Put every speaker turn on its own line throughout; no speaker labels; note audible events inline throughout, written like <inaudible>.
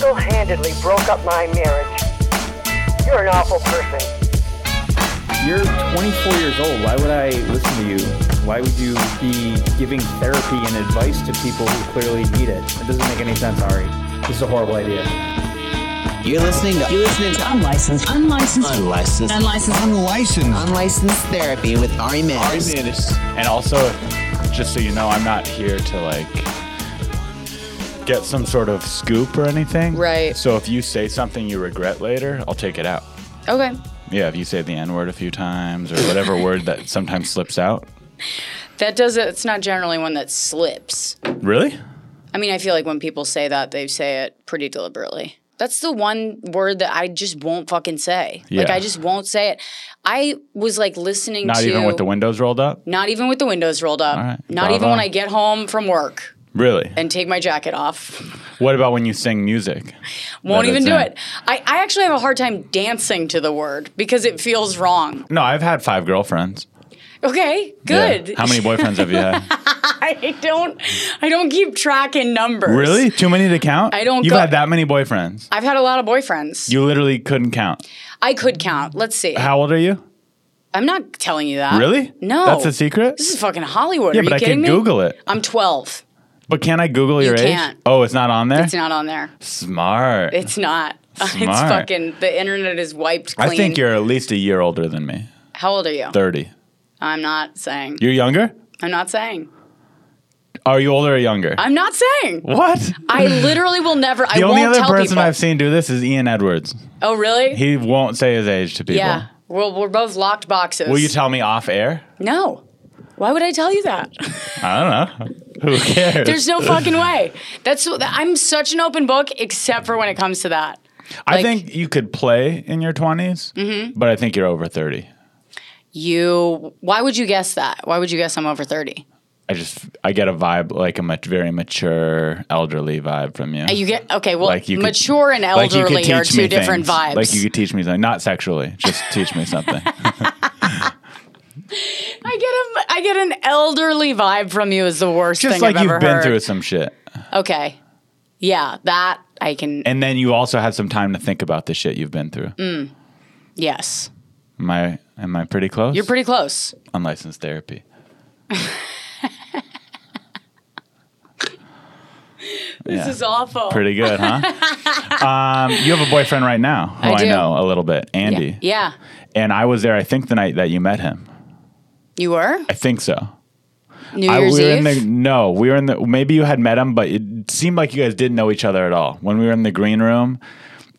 allegedly broke up my marriage. You're an awful person.
You're 24 years old. Why would I listen to you? Why would you be giving therapy and advice to people who clearly need it? It doesn't make any sense, Ari. This is a horrible idea.
You're listening to You're listening to
Unlicensed. Unlicensed.
Unlicensed
Unlicensed.
Unlicensed.
Unlicensed Therapy with Ari Manis.
And also, just so you know, I'm not here to like get some sort of scoop or anything.
Right.
So if you say something you regret later, I'll take it out.
Okay.
Yeah, if you say the N word a few times or
<laughs>
whatever word that sometimes slips out.
That does it. It's not generally one that slips.
Really?
I mean, I feel like when people say that, they say it pretty deliberately. That's the one word that I just won't fucking say. Like,
Yeah.
I just won't say it. I was like listening
Not
to.
even with the windows rolled up?
Not even with the windows rolled up.
All right.
Not
Bravo.
even when I get home from work
Really?
and take my jacket off.
What about when you sing music?
Won't
That
even
it's
do
in.
it. I, I actually have a hard time dancing to the word because it feels wrong.
No, I've had five girlfriends.
Okay,
Yeah.
good.
How many boyfriends have you had?
<laughs> I don't I don't keep track in numbers.
really? Too many to count?
I don't
You've
go-
had that many boyfriends.
I've had a lot of boyfriends.
You literally couldn't count.
I could count. Let's see.
How old are you?
I'm not telling you that.
Really?
Uh, No.
That's a secret?
This is fucking Hollywood.
Yeah,
Are
but
you
I
kidding
can
me?
Google it.
I'm 12.
But can I Google your age?
can't.
Oh, it's not on there?
It's not on there.
Smart.
It's not. <laughs> It's
Smart.
fucking the internet is wiped clean.
I think you're at least a year older than me.
How old are you?
30.
I'm not saying.
You're younger?
I'm not saying.
Are you older or younger?
I'm not
<laughs>
saying.
what?
I literally will never. I
the only
won't
other
tell
person
people.
I've seen do this is Ian Edwards.
oh, really?
He won't say his age to people.
yeah. Well, we're both locked boxes.
Will you tell me off air?
no. Why would I tell you
<laughs>
that?
I don't know. <laughs> Who cares?
There's no fucking way. That's I'm such an open book, except for when it comes to that.
I
like- Mm-hmm.
think you could play in your 20s, but I think you're over 30.
You. Why would you guess that? Why would you guess I'm over thirty?
I just I get a vibe like a much, very mature elderly vibe from you.
You
<laughs>
get okay. Well,
like you could-
mature and
like you could
elderly are
teach
two
me
different
things.
vibes.
Like you could teach me something, not sexually, just teach me
<laughs>
something.
I get a, I get an elderly vibe from you is the worst
just
thing
like
I've
you've
ever
been
heard.
through some shit,
Okay, yeah, that I can.
and then you also had some time to think about the shit you've been through.
Mm. yes,
Am I am I pretty close?
you're pretty close.
unlicensed
<laughs>
therapy.
This is awful.
Pretty good, huh?
<laughs>
um, you have a boyfriend right now who
I
I,
do.
know a little bit,
yeah.
Andy.
yeah,
And I was there, I think, the night that you met him.
you were
I think so.
New
I,
Year's
we were
Eve.
in the no, we were in the maybe you had met him, but it seemed like you guys didn't know each other at all. When we were in the green room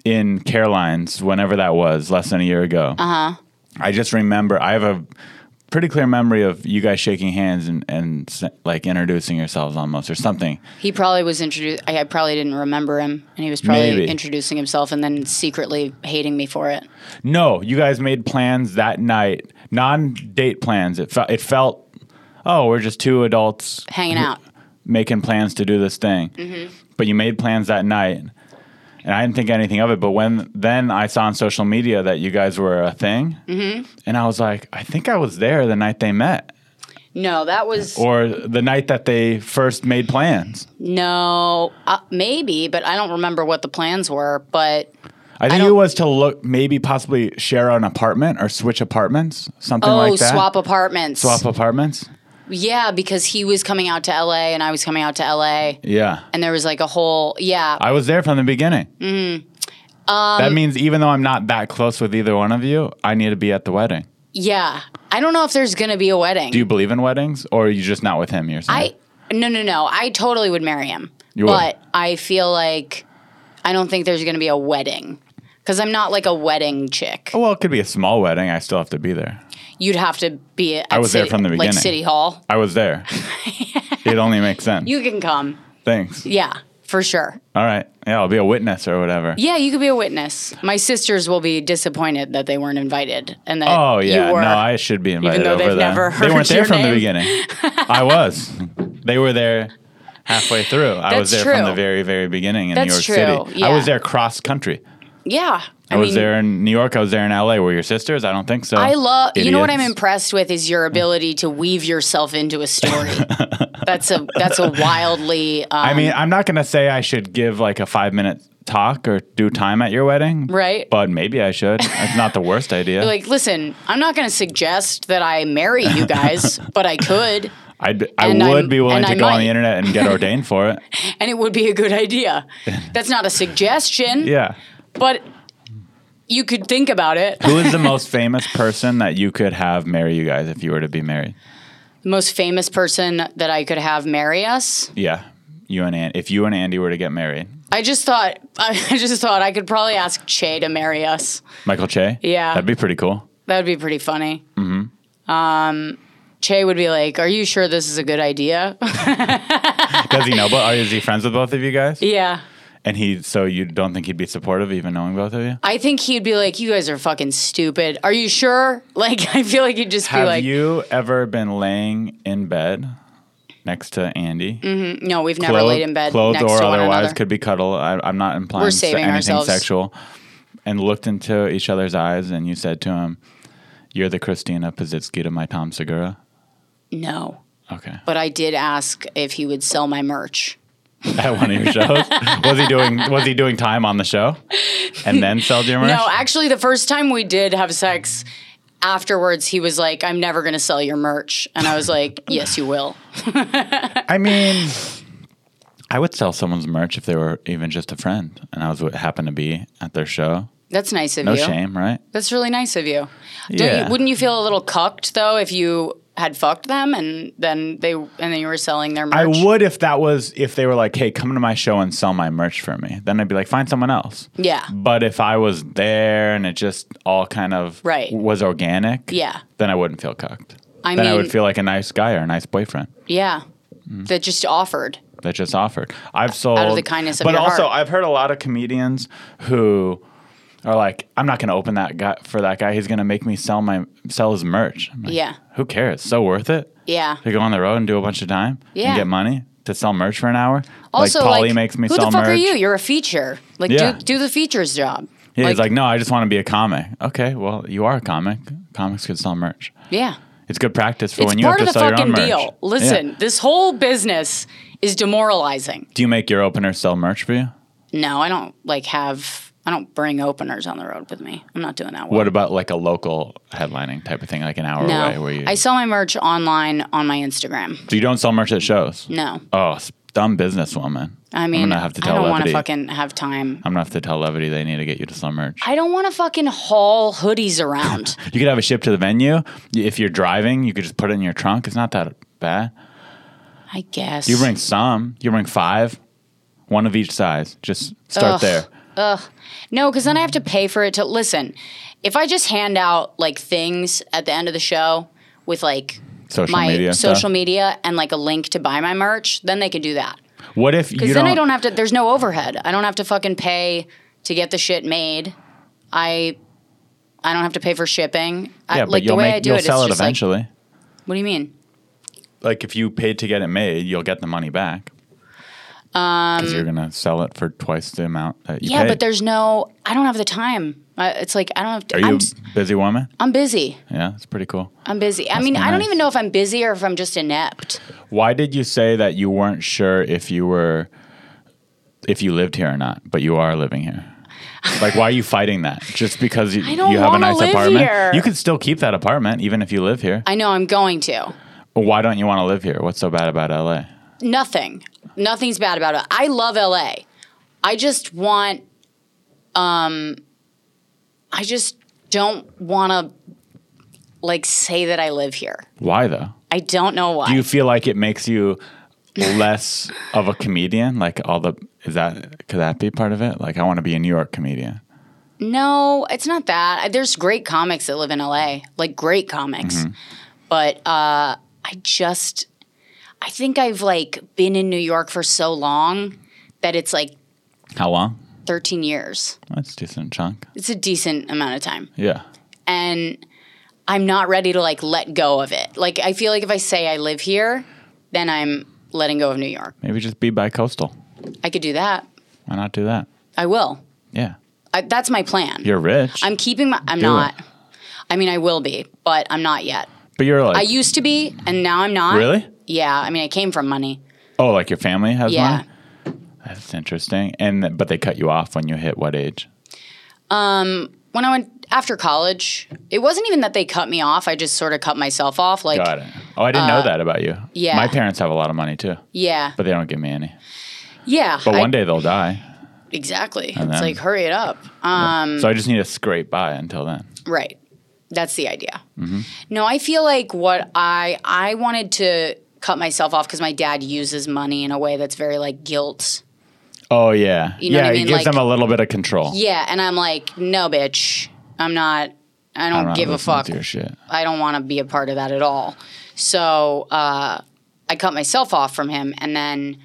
in Caroline's, whenever that was, less than a year ago. Uh-huh. I just remember I have a pretty clear memory of you guys shaking hands and, and s- like introducing yourselves almost or something.
He probably was introduced. I, I probably didn't remember him, and he was probably
Maybe.
introducing himself and then secretly hating me for it.
No, you guys made plans that night, non-date plans. It felt it felt oh, we're just two adults
Hanging out.
making plans to do this thing.
Mm-hmm.
But you made plans that night, and I didn't think anything of it. But when then I saw on social media that you guys were a thing,
Mm-hmm.
and I was like, I think I was there the night they met,
No, that was
or the night that they first made plans.
no, uh, maybe, but I don't remember what the plans were. But
I think it
don't-
was to look, maybe possibly share an apartment or switch apartments, something
oh,
like that.
swap apartments.
swap apartments.
yeah, because he was coming out to LA and I was coming out to LA,
Yeah.
and there was like a whole yeah.
I was there from the beginning.
Mm-hmm.
that
Um,
means even though I'm not that close with either one of you, I need to be at the wedding.
Yeah. I don't know if there's going to be a wedding.
Do you believe in weddings, or are you just not with him? You're saying
I no no no. I totally would marry him.
You
but
would.
I feel like I don't think there's going to be a wedding cuz I'm not like a wedding chick.
Oh, well, it could be a small wedding. I still have to be there.
You'd have to be at
I was there
city-
from the
like
beginning.
city hall.
I was
<laughs>
there. it only makes sense.
You can come.
Thanks.
Yeah, for sure.
All right. Yeah, I'll be a witness or whatever.
Yeah, you could be a witness. My sisters will be disappointed that they weren't invited and that
Oh yeah,
you were.
no, I should be invited
though
over
they've
there.
never
they
heard
weren't there
your
from the
name.
beginning.
<laughs>
I was. They were there halfway through. I was there
That's
from
true.
the very, very beginning in
That's
New York
true,
City. I
yeah.
was there cross country.
yeah.
I, was there in New York. I was there in LA. Were your sisters? I don't think so.
I love. You know what I'm
Idiots.
impressed with is your ability to weave yourself into a story.
<laughs>
that's a that's a wildly. Um,
I mean, I'm not gonna say I should give like a five minute talk or do time at your wedding.
Right.
But maybe I should. It's not the worst idea.
<laughs> Like, listen, I'm not going to suggest that I marry
<laughs>
you guys, but I could,
I'd, I
and
would
I'm-
be willing
and
to
I
go on
might.
the internet and get ordained for it.
<laughs> and it would be a good
<laughs>
idea. That's not a suggestion,
Yeah.
but you could think about it.
Who is the most famous person that you could have marry you guys if you were to be married?
The most famous person that I could have marry us.
Yeah. You and Andy, if you and Andy were to get married,
I just thought <laughs> I just thought I could probably ask Che to marry us.
Michael Che?
Yeah.
That'd be pretty cool.
That would be pretty funny. Mm-hmm. Um, Che would be like, "Are you sure this is a good idea?" <laughs>
Does he know both? Are, is he friends with both of you guys?
<laughs> yeah.
And he, so you don't think he'd be supportive even knowing both of you?
I think he'd be like, "You guys are fucking stupid. Are you sure?" <laughs> Like, I feel like he'd just
Have
be like,
you ever been laying in bed next to Andy?
"No, we've never laid in bed
clothed
next
or
to one
otherwise
another."
could be cuddle. I, I'm not implying
We're
se-
saving
anything
ourselves.
sexual. And looked into each other's eyes, and you said to him, "You're the Christina Pazitsky to my Tom Segura."
no,
Okay, <laughs>
but I did ask if he would sell my merch.
at one of your
<laughs>
shows, was he doing was he doing time on the show, and then sold your merch?
No, actually, the first time we did have sex. Afterwards, he was like, "I'm never gonna sell your merch," and I was like, "Yes, you will."
I mean, I would sell someone's merch if they were even just a friend, and I was what happened to be at their show.
That's nice of
No
you.
shame, right?
That's really nice of you. Don't
Yeah.
you wouldn't you feel a little cucked though if you had fucked them and then they and then you were selling their merch?
I would if that was if they were like, "Hey, come to my show and sell my merch for me." Then I'd be like, "Find someone else."
Yeah.
But if I was there and it just all kind of
Right.
was organic,
Yeah.
then I wouldn't feel cocked.
I
then I
mean-
would feel like a nice guy or a nice boyfriend
Yeah.
Mm-hmm.
That just offered.
that just offered. I've sold
Out of the kindness of
but
your
also
heart.
I've heard a lot of comedians who are like, "I'm not going to open that guy for that guy. He's going to make me sell my sell his merch." I'm like,
Yeah.
Who cares? So worth it.
Yeah.
to go on the road and do a bunch of time
Yeah.
and get money to sell merch for an hour.
Also,
like Polly makes me
who
sell
the fuck
merch.
are you? You're a feature. Like,
Yeah.
do, do the features job.
Yeah, he's like, no, I just want to be a comic. Okay, well, you are a comic. Comics could sell merch.
yeah.
It's good practice for
It's
when you have
part
to
of the
sell your own
fucking
merch.
deal. Listen,
Yeah.
this whole business is demoralizing.
do you make your openers sell merch for you?
No, I don't like have. I don't bring openers on the road with me. I'm not doing that. Well.
What about like a local headlining type of thing, like an hour
No,
away, where you
I sell my merch online on my Instagram.
so you don't sell merch at shows?
No.
Oh, s- dumb businesswoman.
I mean,
I'm gonna have to tell
I don't want
Levity.
to fucking have time.
I'm gonna have to tell Levity they need to get you to sell merch.
I don't want to fucking haul
<laughs>
hoodies around.
You could have a ship to the venue. If you're driving, you could just put it in your trunk. It's not that bad.
I guess.
You bring some. You bring five, one of each size. Just start
Ugh.
there.
No, because then I have to pay for it to listen. If I just hand out like things at the end of the show with like
Social
my
media.
social
stuff.
media and like a link to buy my merch, then they can do that.
What if you
Because
don't?
then I don't have to. There's no overhead. I don't have to fucking pay to get the shit made. I I don't have to pay for shipping. I,
yeah,
like
but you'll
the way
make.
I do
you'll
it, it's
sell it
just like-
eventually. Like,
what do you mean?
if you paid to get it made, you'll get the money back. Because you're gonna sell it for twice the amount that you
Um, Yeah,
paid.
but there's no. I don't have the time. I, it's like I don't have. To,
Are you
I'm,
a busy woman?
I'm busy.
Yeah, it's pretty cool.
I'm busy. I mean, I don't
nice.
even know if I'm busy or if I'm just inept.
Why did you say that you weren't sure if you were, if you lived here or not? But you are living here. Like, why are you fighting that? Just because you,
don't
you have a
wanna
nice
live
apartment,
here.
you could still keep that apartment even if you live here.
I know I'm going to.
Well, why don't you want to live here? What's so bad about LA?
Nothing. Nothing's bad about it. I love LA. I just want um I just don't want to like say that I live here.
Why though?
I don't know why.
Do you feel like it makes you less of a comedian? Like all the is that could that be part of it? Like I want to be a New York comedian.
no, it's not that. I- There's great comics that live in LA. Like great comics.
Mm-hmm.
But uh I just I think I've like been in New York for so long that it's like
How long?
13 years.
That's a decent chunk.
It's a decent amount of time.
Yeah.
and I'm not ready to like let go of it. Like I feel like if I say I live here, then I'm letting go of New York.
Maybe just be bi-coastal.
I could do that.
Why not do that?
I will.
Yeah.
I, that's my plan.
You're rich.
I'm keeping my. I'm
Do
not.
it.
I mean, I will be, but I'm not yet.
but you're like
I used to be, and now I'm not.
Really?
Yeah. I mean, I came from money.
Oh, like your family has
Yeah.
money? That's interesting. And th- but they cut you off when you hit what age?
When I went after college, it wasn't even that they cut me off. I just sort of cut myself off. Like,
Got it. Oh, I didn't know that about you.
Uh, yeah.
My parents have a lot of money too,
yeah,
but they don't give me any.
yeah.
But
I-
one day they'll die.
exactly.
then-
It's like hurry it up. Um,
so I just need to scrape by until then.
Right. That's the idea.
Mm-hmm.
No, I feel like what I I wanted to cut myself off because my dad uses money in a way that's very like guilt.
Oh yeah.
You know
yeah,
what I
it
mean?
gives
Like-
them a little bit of control.
Yeah, and I'm like, no, bitch, I'm not. I don't,
I'm not
give a
listening
fuck.
to Your shit.
I don't want to be a part of that at all. So uh, I cut myself off from him, and then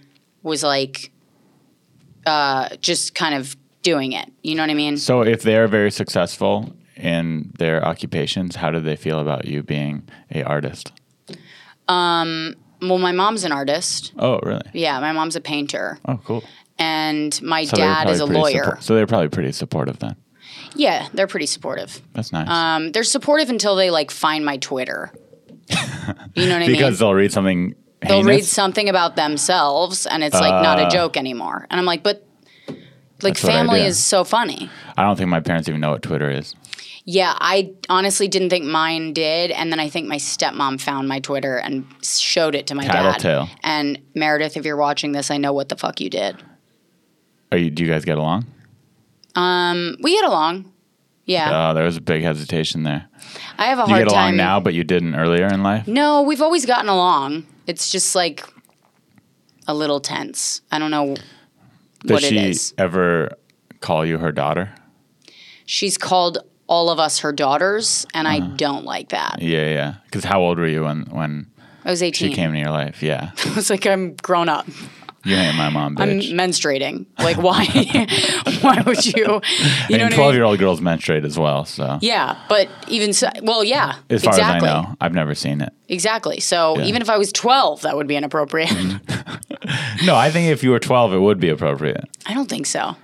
was like, uh, just kind of doing it. You know what I mean?
So if they are very successful in their occupations, how do they feel about you being a artist?
Well, my mom's an artist.
Oh, really?
Yeah, my mom's a painter,
Oh, cool.
and my
they were
dad
probably
is a
pretty
lawyer.
suppo- so they're probably pretty supportive then.
Yeah, they're pretty supportive.
That's nice.
Um, they're supportive until they like find my Twitter. You know what I
<laughs>
mean?
because they'll read something
They'll
heinous.
read something about themselves, and it's like not a joke anymore. And I'm like, but like
Ah. what I
family
do.
is so funny.
I don't think my parents even know what Twitter is.
Yeah, I honestly didn't think mine did, and then I think my stepmom found my Twitter and showed it to my
Tattletale.
dad. And Meredith, if you're watching this, I know what the fuck you did.
Are you, do you guys get along?
We get along. Yeah,
Oh, there was a big hesitation there.
I have a
You
hard
get along
time
now, but you didn't earlier in life.
No, we've always gotten along. It's just like a little tense. I don't know
Does
what
she
it is.
ever call you her daughter?
She's called all of us her daughters, and I don't like that.
Uh-huh. Yeah, yeah. Because how old were you when when
I was
she
18.
came into your life? Yeah,
<laughs> I was like, I'm grown up.
you ain't my mom,
I'm
bitch.
menstruating. Like, why? <laughs> why would you? You
<laughs> and
know what I
twelve year
mean?
old girls menstruate as well. So
Yeah, but even so, well, yeah,
as far
exactly,
as I know, I've never seen it.
exactly. So even if I was 12, that would be inappropriate.
Mm-hmm. No, I think if you were twelve, it would be appropriate.
<laughs> I don't think so.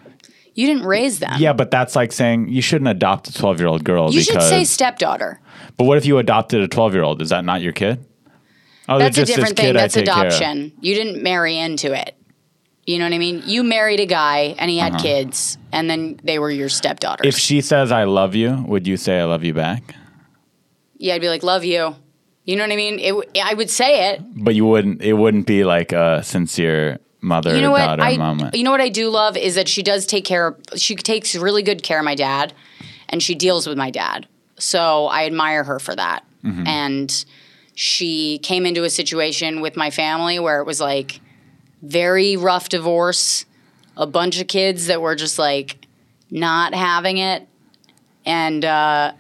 You didn't raise them.
Yeah, but that's like saying you shouldn't adopt a twelve year old girl.
you should
because,
say stepdaughter.
But what if you adopted a 12 year old? Is that not your kid? Oh, they're
That's a
just this
different
kid
thing.
I
That's
take care of.
adoption. You didn't marry into it. You know what I mean? You married a guy and he had kids, and then they were your stepdaughters.
Uh-huh. If she says, I love you, would you say, I love you back?
yeah, I'd be like, love you. You know what I mean? It, w- I would say it.
But you wouldn't, it wouldn't be like a sincere mother
You know what?
daughter
I
moment.
you know what I do love is that she does take care. of She takes really good care of my dad, and she deals with my dad. So I admire her for that.
Mm-hmm.
And she came into a situation with my family where it was like very rough divorce, a bunch of kids that were just like not having it, and uh,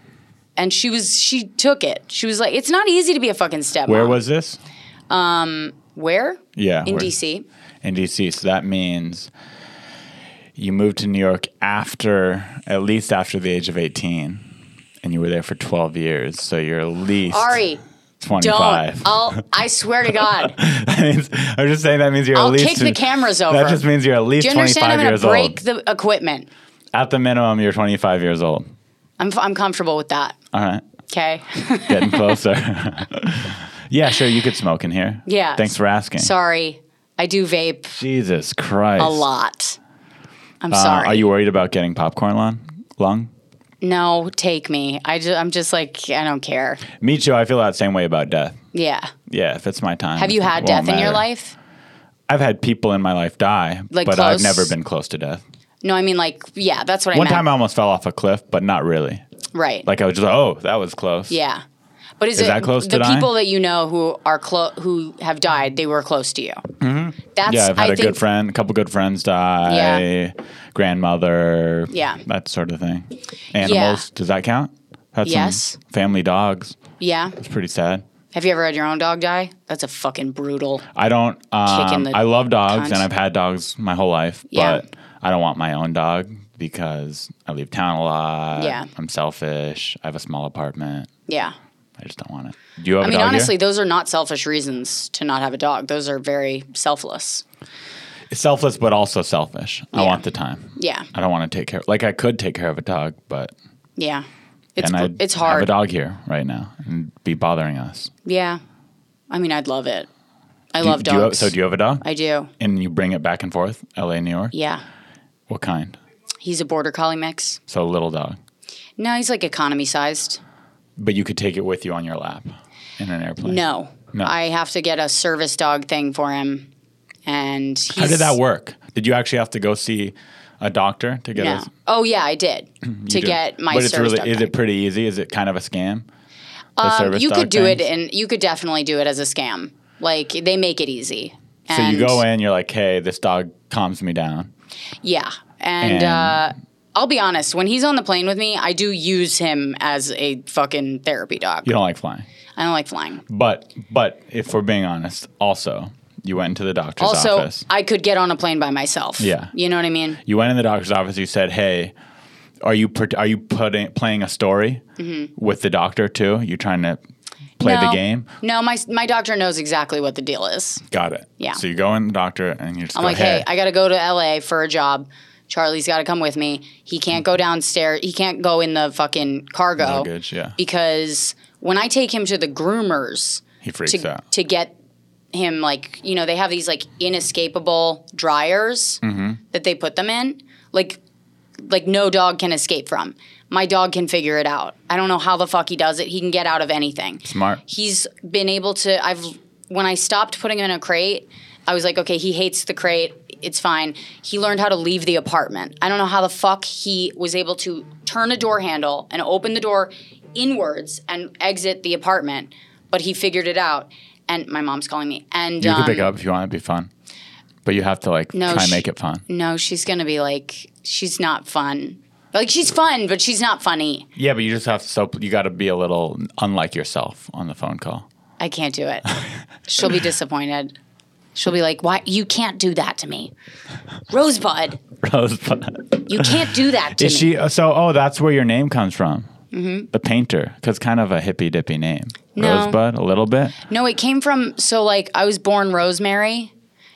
and she was she took it. She was like, it's not easy to be a fucking stepmom.
Where was this?
where?
Yeah.
In
where-
DC.
In DC. So that means you moved to New York after, at least after the age of 18, and you were there for 12 years. So you're at least
Ari.
25.
Don't. I'll. I swear to God,
<laughs> That means- I'm just saying that means you're
I'll
at least.
kick the cameras over.
That just means you're at least
Do you understand?
25
I'm going
years
to break
old.
the equipment.
At the minimum, you're 25 years old.
I'm. f- I'm comfortable with that.
All right,
Okay. <laughs>
getting closer. <laughs> yeah, sure, you could smoke in here.
Yeah.
Thanks for asking.
sorry, I do vape
Jesus Christ.
a lot. I'm
Uh,
sorry.
Are you worried about getting popcorn lung? Lung?
No, take me. I ju- I'm just like I don't care.
Me too. I feel that same way about death.
Yeah.
Yeah, if it's my time.
Have you
it
had
won't
death in your
matter.
life?
I've had people in my life die,
Like
but I've
close?
never been close to death.
No, I mean like yeah. That's what I
One
meant.
time I almost fell off a cliff, but not really.
right.
Like I was just like, oh, that was close.
yeah. But is,
Is
it
that close
the
to dying?
people that you know who are clo- who have died? They were close to you. Mm-hmm. That's
Yeah, I've
I
had a
think
good friend, a couple good friends die, grandmother,
Yeah.
that sort of thing. Animals, does that count? Had some
Yes.
family dogs.
Yeah.
It's pretty sad.
Have you ever had your own dog die? That's a fucking brutal.
I don't. Um,
Kicking the
I love dogs,
cunt.
and I've had dogs my whole life,
Yeah.
but I don't want my own dog because I leave town a lot.
Yeah.
I'm selfish. I have a small apartment.
Yeah.
I just don't want it. Do you have
I
a
mean,
dog here?
honestly, those are not selfish reasons to not have a dog. Those are very selfless.
It's selfless, but also selfish. I
Yeah.
want the time.
Yeah.
I don't want to take care. Like I could take care of a dog, but
Yeah. It's
and I
it's
have a
hard.
dog here right now and be bothering us.
Yeah. I mean, I'd love it. I
Do you-
love
do you have-
dogs.
so do you have a dog?
I do.
and you bring it back and forth, L.A. New York.
Yeah.
What kind?
He's a border collie mix.
So little dog,
No, he's like economy sized.
but you could take it with you on your lap in an airplane.
No.
No.
I have to get a service dog thing for him. And he's,
How did that work? Did you actually have to go see a doctor to get
No.
us?
Oh yeah, I did
<clears throat> You
to
did.
get my
But it's
service
really
dog.
is
thing.
it pretty easy? Is it kind of a scam? The service
Um, you
dog
could do it,
things?
and you could definitely do it as a scam. Like they make it easy.
so
And
you go in, you're like, hey, this dog calms me down.
Yeah. And,
And-
uh, I'll be honest, when he's on the plane with me, I do use him as a fucking therapy dog.
You don't like flying,
I don't like flying.
but but if we're being honest, also you went into the doctor's
Also,
office.
I could get on a plane by myself.
Yeah.
You know what I mean?
you went in the doctor's office. You said, hey. Are you pr- are you putting playing a story with the doctor too? You trying to play the
Mm-hmm. No.
game?
No, my my doctor knows exactly what the deal is.
Got it.
Yeah.
So you go in the doctor and you just
I'm
go,
like, hey, I got to go to LA for a job. Charlie's got to come with me. He can't go downstairs. He can't go in the fucking cargo
Luggage, yeah.
because when I take him to the groomers
he freaks
to
out.
to get him like you know they have these like inescapable dryers
Mm-hmm.
that they put them in like like no dog can escape from. My dog can figure it out. I don't know how the fuck he does it. He can get out of anything
Smart.
he's been able to i've when i stopped putting him in a crate i was like okay he hates the crate it's fine he learned how to leave the apartment i don't know how the fuck he was able to turn a door handle and open the door inwards and exit the apartment but he figured it out and my mom's calling me and
You
um,
can pick it up if you want. It'd be fun. But you have to like
No,
try and
sh-
make it fun.
no she's gonna be like she's not fun like she's fun but she's not funny
Yeah, but you just have to. So you got to be a little unlike yourself on the phone call. <laughs>
I can't do it. She'll be disappointed. She'll be like, "Why you can't do that to me, Rosebud?
Rosebud.
You can't do that to
Is
me."
she? uh, So oh, that's where your name comes from. Mm-hmm. The painter, because kind of a hippy dippy name.
No.
Rosebud, a little bit.
no, it came from so like I was born Rosemary,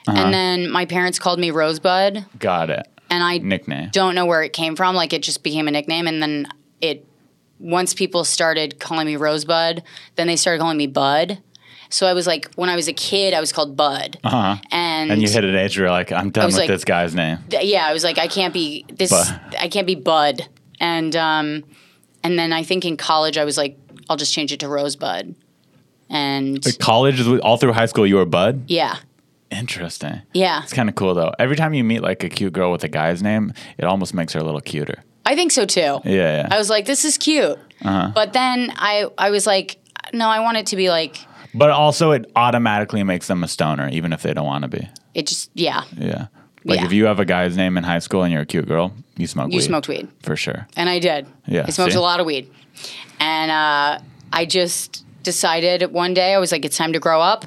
Uh-huh.
and then my parents called me Rosebud,
Got it.
and I
Nickname.
don't know where it came from. Like it just became a nickname, and then it once people started calling me Rosebud, then they started calling me Bud. So I was like, when I was a kid, I was called Bud,
Uh-huh.
and
And you hit an age where you're like, I'm done
was
with
like-
this guy's name.
th- yeah, I was like, I can't be this.
Bud.
I can't be Bud. And um, and then I think in college I was like, I'll just change it to Rosebud. And
College, is- all through high school, you were Bud.
yeah,
Interesting.
yeah,
It's kind of cool though. Every time you meet like a cute girl with a guy's name, it almost makes her a little cuter.
I think so too.
Yeah. Uh-huh. yeah.
I was like, this is cute. But then I I was like, no, I want it to be like
but also, it automatically makes them a stoner, even if they don't want to be.
it just yeah.
Yeah. Like
Yeah.
if you have a guy's name in high school and you're a cute girl, you smoke.
You
weed,
smoked weed.
for sure.
And I did.
Yeah,
I smoked
see?
a lot of weed. And uh, I just decided one day, I was like, it's time to grow up.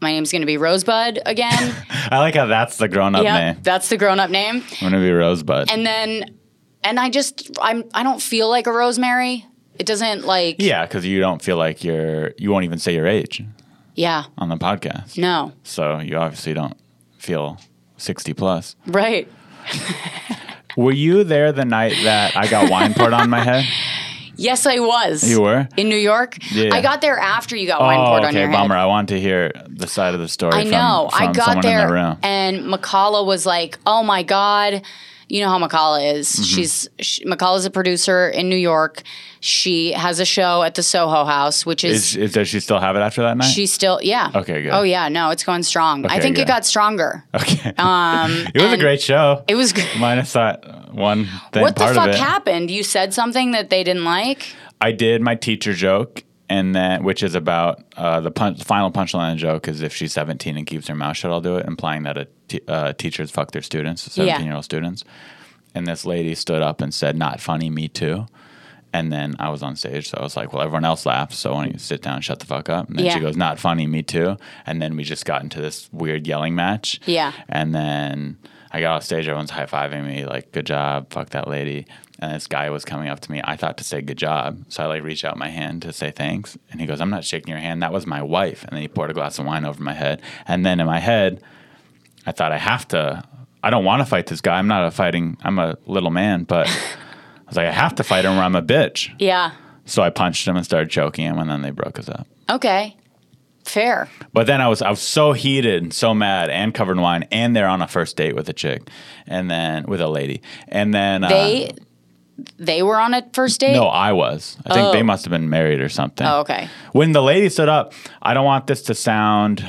My name's going to be Rosebud
<laughs>
again.
I like how that's the grown-up
yeah.
name.
That's the grown up name.
I'm gonna be Rosebud.
and then and I just I'm I don't feel like a rosemary. It doesn't like
yeah, because you don't feel like you're. You won't even say your age
yeah
on the podcast,
no
so you obviously don't feel sixty plus.
right
Were you there the night that I got wine poured on my
<laughs>
head?
yes I was
You were.
in New York.
Yeah.
I got there after you got wine
oh,
poured
okay,
on your
bummer.
head.
I want to hear the side of the story.
I
from-
know.
From,
I got
someone In the
there
room.
and McCalla was like, "Oh my god." You know how McCalla is.
Mm-hmm.
She's she, McCalla's a producer in New York. She has a show at the Soho House, which
Is, is does she still have it after that night?
She still, yeah.
Okay, good.
Oh yeah, no, it's going strong. I
Okay,
think
good.
it got stronger.
<laughs> okay.
Um,
it was a
and
great show. <laughs>
It was. Good.
Minus that one thing.
What the
part
fuck
of it.
happened? You said something that they didn't like.
I did my teacher joke, and then which is about uh, the punch, final punchline joke is if she's 17 and keeps her mouth shut, I'll do it, implying that a t- uh, teachers fuck their students, 17
Yeah.
year old students. And this lady stood up and said, "Not funny, me too." And then I was on stage, so I was like, "Well, everyone else laughs, so why don't you sit down, and shut the fuck up?" And then
Yeah.
she goes, "Not funny, me too." And then we just got into this weird yelling match.
Yeah.
And then I got off stage, everyone's high fiving me, like, good job, fuck that lady. And this guy was coming up to me. I thought to say good job. So I like reach out my hand to say thanks. And he goes, I'm not shaking your hand. That was my wife. And then he poured a glass of wine over my head. And then in my head, I thought I have to I don't want to fight this guy. I'm not a fighting I'm a little man, but I was like, I have to fight him or I'm a bitch.
Yeah.
So I punched him and started choking him and then they broke us up.
Okay. fair.
But then I was I was so heated and so mad and covered in wine and they're on a first date with a chick and then with a lady and then
They
uh,
they were on a first date.
no I was I think
Oh.
they must have been married or something.
Oh, okay.
When the lady stood up, I don't want this to sound.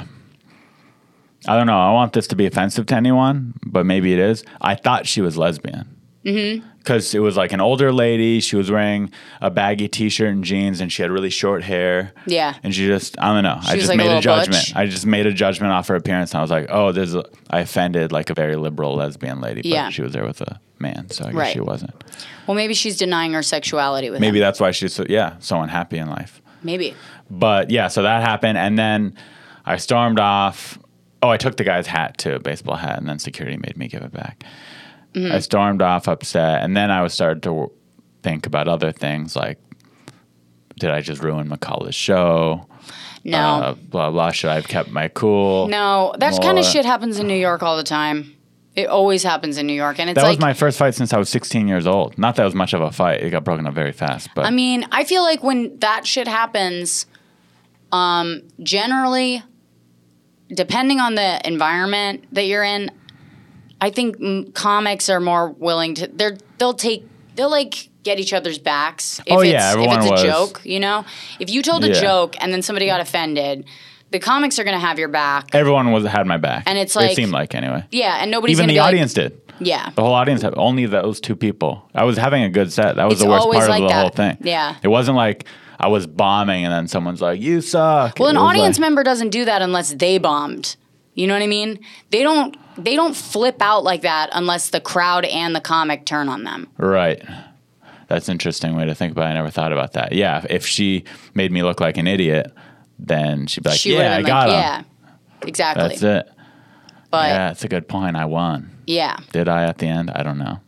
I don't know. I want this to be offensive to anyone, but maybe it is. I thought she was lesbian.
Mm-hmm.
Because it was like an older lady. She was wearing a baggy t shirt and jeans, and she had really short hair.
Yeah.
And she just, I don't know. I
was
just
like a
made a,
little
judgment.
butch.
I just made a judgment off her appearance. And I was like, oh, there's a, I offended like a very liberal lesbian lady. But
Yeah.
she was there with a man. So I guess
Right.
she wasn't.
Well, maybe she's denying her sexuality with
Maybe
him.
that's why she's, so, yeah, so unhappy in life.
Maybe.
But yeah, so that happened, and then I stormed off. Oh, I took the guy's hat too, a baseball hat, and then security made me give it back.
Mm-hmm.
I stormed off upset, and then I was started to w- think about other things like, did I just ruin McCullough's show?
No.
Uh, blah blah. Should I have kept my cool?
no, that
Well,
kind
uh,
of shit happens in New York all the time. It always happens in New York, and it's
That
like
was my first fight since I was 16 years old. Not that it was much of a fight. It got broken up very fast. But
I mean, I feel like when that shit happens, um, generally, depending on the environment that you're in, I think mm, comics are more willing to. They're they'll take they'll like get each other's backs. If
Oh,
it's,
yeah, everyone
If it's
was.
a joke, you know, if you told a
Yeah.
joke and then somebody got offended, the comics are gonna have your back.
everyone was had my back,
And it's
it
like-
seemed like anyway.
Yeah, and nobody's
Even
gonna
the
be like-
audience did.
yeah,
The whole audience had only those two people. I was having a good set. That was
It's
the worst
always
part
like
of the
that.
whole thing.
Yeah.
It wasn't like I was bombing and then someone's like, you suck.
Well,
It
an
was
audience
like-
member doesn't do that unless they bombed. You know what I mean? They don't they don't flip out like that unless the crowd and the comic turn on them.
Right. That's an interesting way to think about it. I never thought about that. Yeah. If she made me look like an idiot, then she'd be like,
She would
yeah, I
have been
got
like,
him.
yeah. Exactly.
That's it.
But
yeah, that's a good point. I won.
yeah.
Did I at the end? I don't know.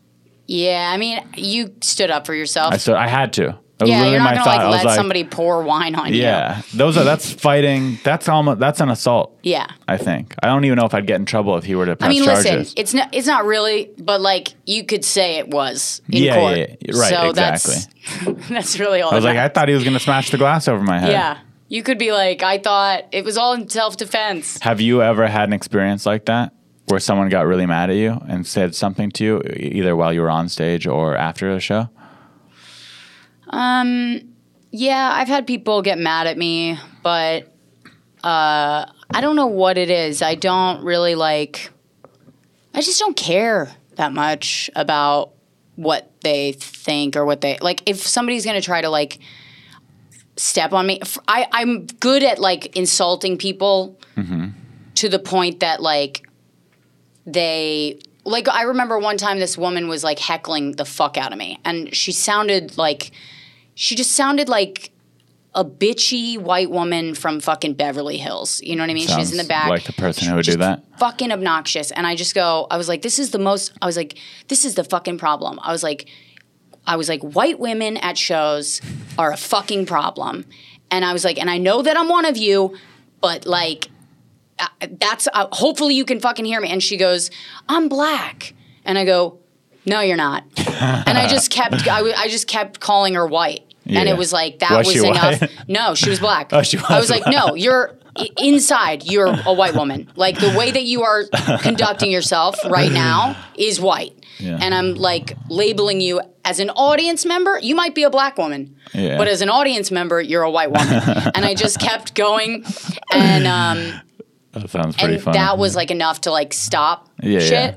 Yeah, I mean, you stood up for yourself.
I so I had to. That was
yeah,
literally
you're not
my
going to
thought. I
like
was
let
like,
somebody pour wine on you.
yeah, those are that's fighting. That's almost that's an assault.
Yeah.
I think. I don't even know if I'd get in trouble if he were to press
I mean,
charges.
listen, it's not it's not really, but like you could say it was in
Yeah,
court.
yeah, yeah. Right,
so That's, <laughs> that's really all.
I was like, I thought he was going to smash the glass over my head.
yeah, you could be like, I thought it was all in self defense.
Have you ever had an experience like that where someone got really mad at you and said something to you, e- either while you were on stage or after a show?
Yeah, I've had people get mad at me, but uh, I don't know what it is. I don't really like. I just don't care that much about what they think or what they like. If somebody's gonna try to like step on me, f- I I'm good at like insulting people
Mm-hmm.
to the point that like they. Like I remember one time this woman was like heckling the fuck out of me and she sounded like she just sounded like a bitchy white woman from fucking Beverly Hills. You know what I mean?
Sounds
She's in the back.
like the person who would do
Just
that.
Fucking obnoxious. And I just go, I was like, this is the most, I was like, this is the fucking problem. I was like, I was like, white women at shows are a fucking problem. And I was like, and I know that I'm one of you, but like, uh, that's uh, hopefully you can fucking hear me. And she goes, I'm black. And I go, no, you're not.
<laughs>
and I just kept, I, w- I just kept calling her white. And
Yeah.
it was like, that
Was
was,
she
enough.
white?
No, she was
<laughs>
black.
Oh, she
I
was
was like, no, you're i- inside. You're a white woman. Like the way that you are conducting yourself right now is white.
Yeah.
And I'm like labeling you as an audience member. You might be a black woman,
Yeah.
but as an audience member, you're a
<laughs>
white woman. and I just kept going, and um,
That sounds pretty
and
funny.
that was like enough to like stop
Yeah,
shit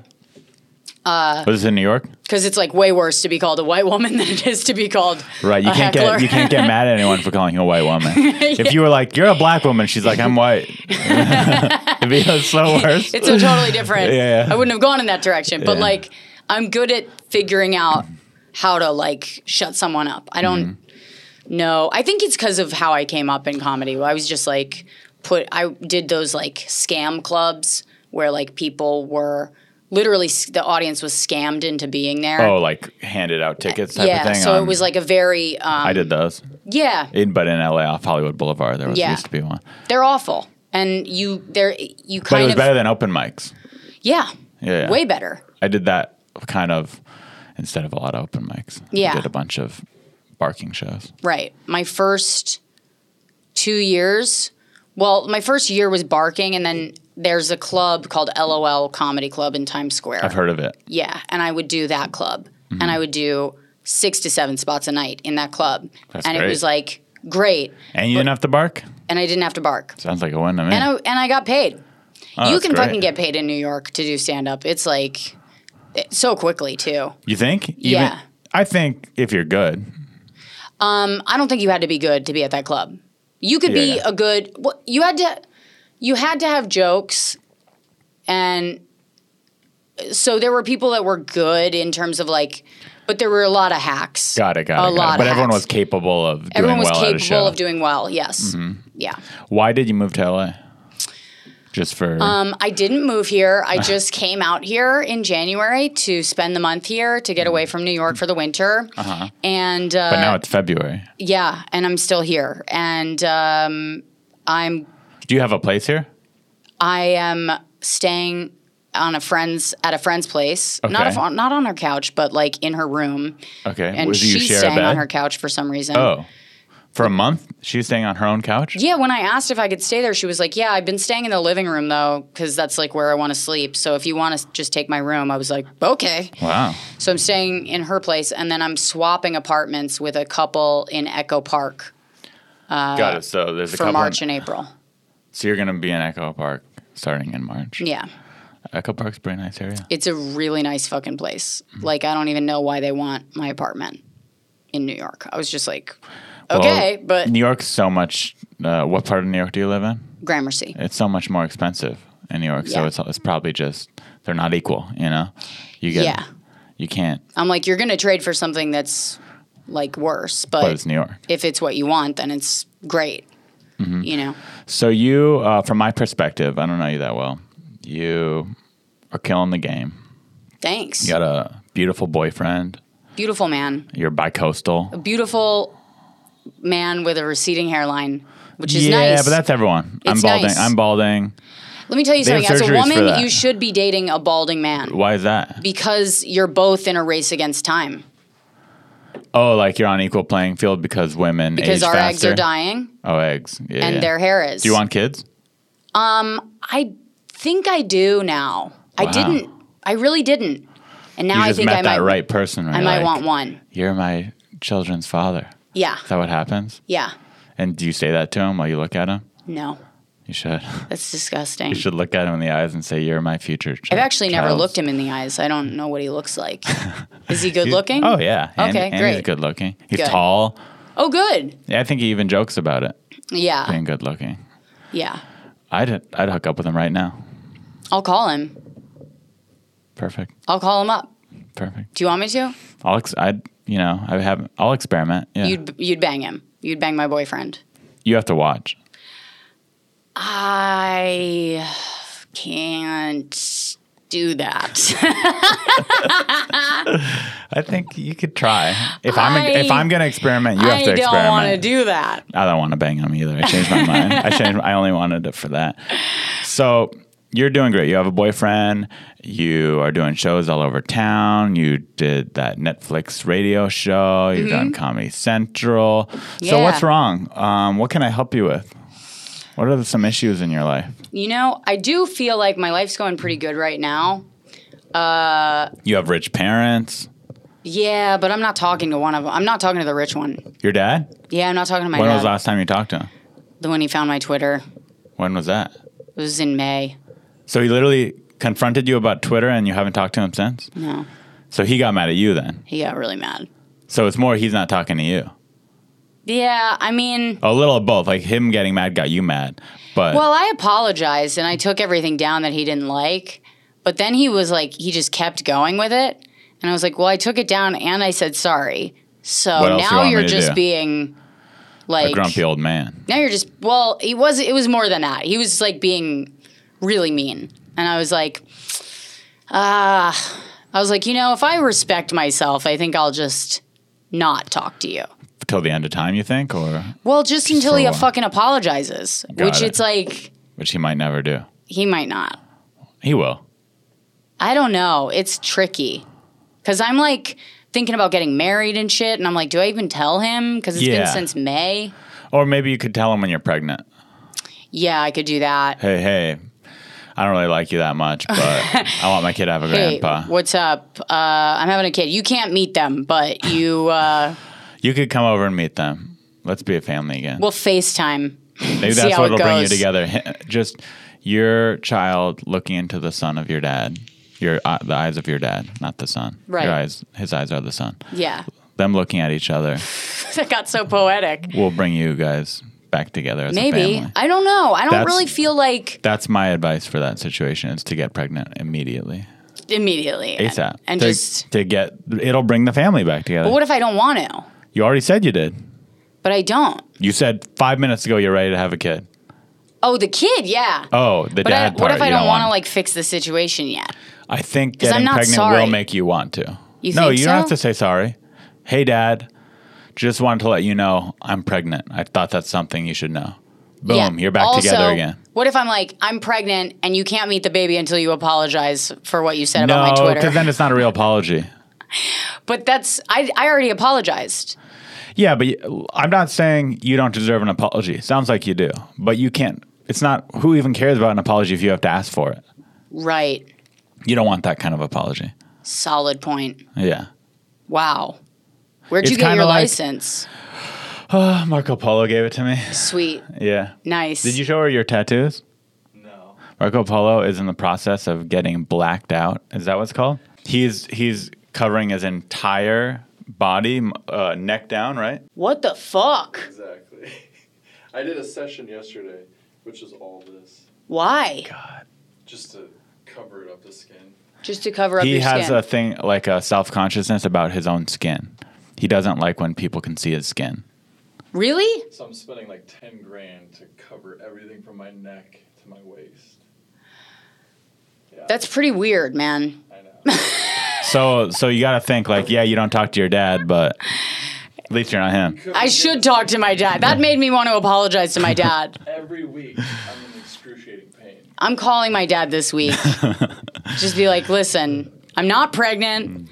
was this in New York?
because it's like way worse to be called a white woman <laughs> than it is to be called
Right, you
a
can't
heckler.
get
<laughs>
you can't get mad at anyone for calling you a white woman. If you were like, "You're a black woman," she's like, "I'm
<laughs>
white." <laughs> It'd be so worse.
it's so totally different.
<laughs> Yeah, yeah.
I wouldn't have gone in that direction. But
Yeah.
like, I'm good at figuring out how to like shut someone up. I don't
Mm-hmm.
know. I think it's because of how I came up in comedy. I was just like put. I did those like scam clubs where like people were literally s- the audience was scammed into being there.
Oh, like handed out tickets type
yeah.
of thing.
so
on-
it was like a very um,
I did those,
yeah.
in but in LA off Hollywood Boulevard, there was
Yeah.
used to be one,
they're awful. And you, they're you
but
kind
it was
of
better than open mics.
yeah,
Yeah.
way better.
I did that kind of instead of a lot of open mics.
Yeah.
I did a bunch of barking shows.
Right. My first two years Well, my first year was barking, and then there's a club called LOL Comedy Club in Times Square.
I've heard Mm-hmm. of it.
Yeah, and I would do that club, and I would do six to seven spots a night in that club,
That's
and
great.
it was like great,
And you didn't have to bark?
and I didn't have to bark,
Sounds like a win to me.
and I and I got paid. you
Oh, that's
can
great.
fucking get paid in New York to do stand up. It's like it- so quickly too.
you think? Even-
Yeah.
I think if you're good.
I don't think you had to be good to be at that club. You could be
Yeah.
a good. Well, you had to. You had to have jokes, and so there were people that were good in terms of like, but there were a lot of hacks.
Got it, got
a
it. Got
lot.
it.
Of
But everyone
hacks.
was capable of doing
Everyone was
well at a show. Mm-hmm.
capable of doing well. Yes. Yeah.
Why did you move to LA? Just for
Um, I didn't move here.
<laughs>
I just came out here in January to spend the month here to get away from New York for the winter. Uh-huh. And uh,
Mm-hmm. But now it's February.
yeah, and I'm still here, and um, I'm
Do you have a place here?
I am staying on a friend's at a friend's place, not
Okay.
a, not on her couch, but like in her room.
Okay.
And
Was- do you
she's
share a
staying
bed?
on her couch for some reason.
Oh. For a month? She was staying on her own couch?
Yeah, when I asked if I could stay there, she was like, "Yeah, I've been staying in the living room though, because that's like where I want to sleep. So if you want to just take my room," I was like, "Okay."
Wow.
So I'm staying in her place, and then I'm swapping apartments with a couple in Echo Park
Got it. So there's a
Uh, for
couple.
March and April.
so you're going to be in Echo Park starting in March.
Yeah,
Echo Park's a pretty nice area.
it's a really nice fucking place.
Mm-hmm.
Like I don't even know why they want my apartment in New York. I was just like, okay,
Well,
but
New York's so much. Uh, what part of New York do you live in?
Gramercy.
It's so much more expensive in New York. So
Yeah.
it's, it's probably just they're not equal. You know, you get
Yeah.
you can't.
I'm like, you're gonna trade for something that's like worse,
But it's New York. Mm-hmm.
if it's what you want, then it's great. You know,
So you, uh, from my perspective, I don't know you that well. You are killing the game.
thanks.
You got a beautiful boyfriend.
Beautiful man.
You're bicoastal.
Beautiful man with a receding hairline, which is
yeah,
nice.
but that's everyone. I'm
It's
balding.
nice.
I'm balding.
Let me tell you
They have
something. As a
surgeries for
woman,
that.
you should be dating a balding man
Why is that?
because you're both in a race against time.
Oh, like you're on equal playing field because women
Because
age
our eggs
faster?
are dying
Oh, eggs. Yeah,
and
yeah.
their hair is.
Do you want kids?
I think I do now. I
Wow.
didn't. I really didn't. And now
You
I
just
think
met
I
that
might.
right person. where
I
you're
might
like,
want one.
You're my children's father.
Yeah.
Is that what happens?
Yeah.
And do you say that to him while you look at him?
No,
You should. <laughs>
that's disgusting.
You should look at him in the eyes and say, "You're my future." Ch-
I've actually never
child."
looked him in the eyes. I don't know what he
<laughs>
looks like. Is he good looking?
Oh yeah. And,
Okay,
and He's
great.
good looking. He's
Good.
tall.
Oh, good.
Yeah, I think he even jokes about it
Yeah.
being good looking.
Yeah.
I'd I'd hook up with him right now.
I'll call him.
Perfect.
I'll call him up.
Perfect.
Do you want me to?
I'll ex- I'd you know I have I'll experiment. Yeah. you
You'd you'd bang him. You'd bang my boyfriend.
you have to watch.
I can't do that.
I think you could try. If I, am
I-
if I'm gonna experiment, you have
<laughs> I
to
don't
experiment.
want to do that.
I don't want to bang him either. I changed my mind. I changed. I only wanted it for that. So you're doing great. You have a boyfriend. You are doing shows all over town. You did that Netflix radio show. You've done Comedy Central. So
Mm-hmm. Yeah.
what's wrong? Um, what can I help you with? What are the, some issues in your life?
You know, I do feel like my life's going pretty good right now.
You have rich parents.
Yeah, but I'm not talking to one of them. I'm not talking to the rich one.
Your dad.
Yeah, I'm not talking to my
when
dad.
was the last time you talked to him?
The one he found my Twitter.
When was that?
It was in May.
So he literally confronted you about Twitter, and you haven't talked to him since.
No,
So he got mad at you then.
he got really mad.
So it's more he's not talking to you.
Yeah, I mean,
A little of both. Like him getting mad got you mad. But
well, I apologized and I took everything down that he didn't like. But then he was like, he just kept going with it. And I was like, well, I took it down and I said sorry. So
What else you
now
want me
you're
to
just
do?
being like
a grumpy old man.
Now you're just well, it was it was more than that. He was like being really mean. And I was like ah I was like, you know, if I respect myself, I think I'll just not talk to you.
Till the end of time, you think? Or
Well, just, until
for a
he
while.
fucking apologizes,
Got
which
it.
it's like
which he might never do.
he might not.
He will.
I don't know. It's tricky because I'm like thinking about getting married and shit, and I'm like, do I even tell him? Because it's
Yeah.
been since May.
Or maybe you could tell him when you're pregnant.
Yeah, I could do that.
hey, hey, I don't really like you that much,
<laughs>
but I want my kid to have a
Hey,
grandpa.
what's up? Uh, I'm having a kid. You can't meet them, but you uh,
You could come over and meet them. Let's be a family again.
will FaceTime.
Maybe
see
that's
how
what'll
it
bring you
goes.
together. Just your child looking into the son of your dad. Your uh, the eyes of your dad, not the son.
Right.
Your eyes, his eyes are the son.
Yeah. <laughs>
Them looking at each other
That got so poetic.
will bring you guys back together as a
Maybe.
family.
I don't know. I don't
That's-
really feel like
That's my advice for that situation: is to get pregnant immediately,
immediately.
ASAP,
And
to,
just,
to get it'll bring the family back together.
but what if I don't want to?
you already said you did.
But I don't.
You said five minutes ago you're ready to have a kid.
Oh, the kid, yeah.
Oh, the
but I,
dad part.
what if I
you
don't want to
wanna-
like fix the situation yet?
I think
'Cause I'm
getting
not
pregnant
sorry.
will make you want to.
You
no,
think
you don't have
so?
to say sorry. Hey, Dad, just wanted to let you know I'm pregnant. I thought that's something you should know. Boom,
Yeah.
you're back
Also,
together again.
What if I'm like, I'm pregnant and you can't meet the baby until you apologize for what you said
No,
about my Twitter?
because then it's not a real apology.
but that's, I, I already apologized.
Yeah, but y- I'm not saying you don't deserve an apology. Sounds like you do, but you can't. It's not who even cares about an apology if you have to ask for it.
Right.
You don't want that kind of apology.
Solid point.
Yeah.
Wow. Where'd you
It's
get
kinda
your
like-
license?
Marco Polo gave it to me. <laughs> <sighs>
Sweet.
Yeah.
Nice.
Did you show her your tattoos? No. Marco Polo is in the process of getting blacked out. Is that what's called? He's he's covering his entire body, m- uh, neck down, right?
What the fuck?
Exactly. <laughs> I did a session yesterday, which is all this,
Why?
just to cover it up the skin.
Just to cover up
he
your
has
skin.
a thing like a self consciousness about his own skin. He doesn't like when people can see his skin.
really?
So I'm spending like ten grand to cover everything from my neck to my waist. Yeah,
That's pretty weird, man.
I know.
So so you got to think like, yeah, you don't talk to your dad, but at least you're not him. <laughs>
I should talk to my dad. That made me want to apologize to my dad.
Every week I'm in excruciating pain.
I'm calling my dad
<laughs>
this week. Just be like, listen, I'm not
Mm.
pregnant.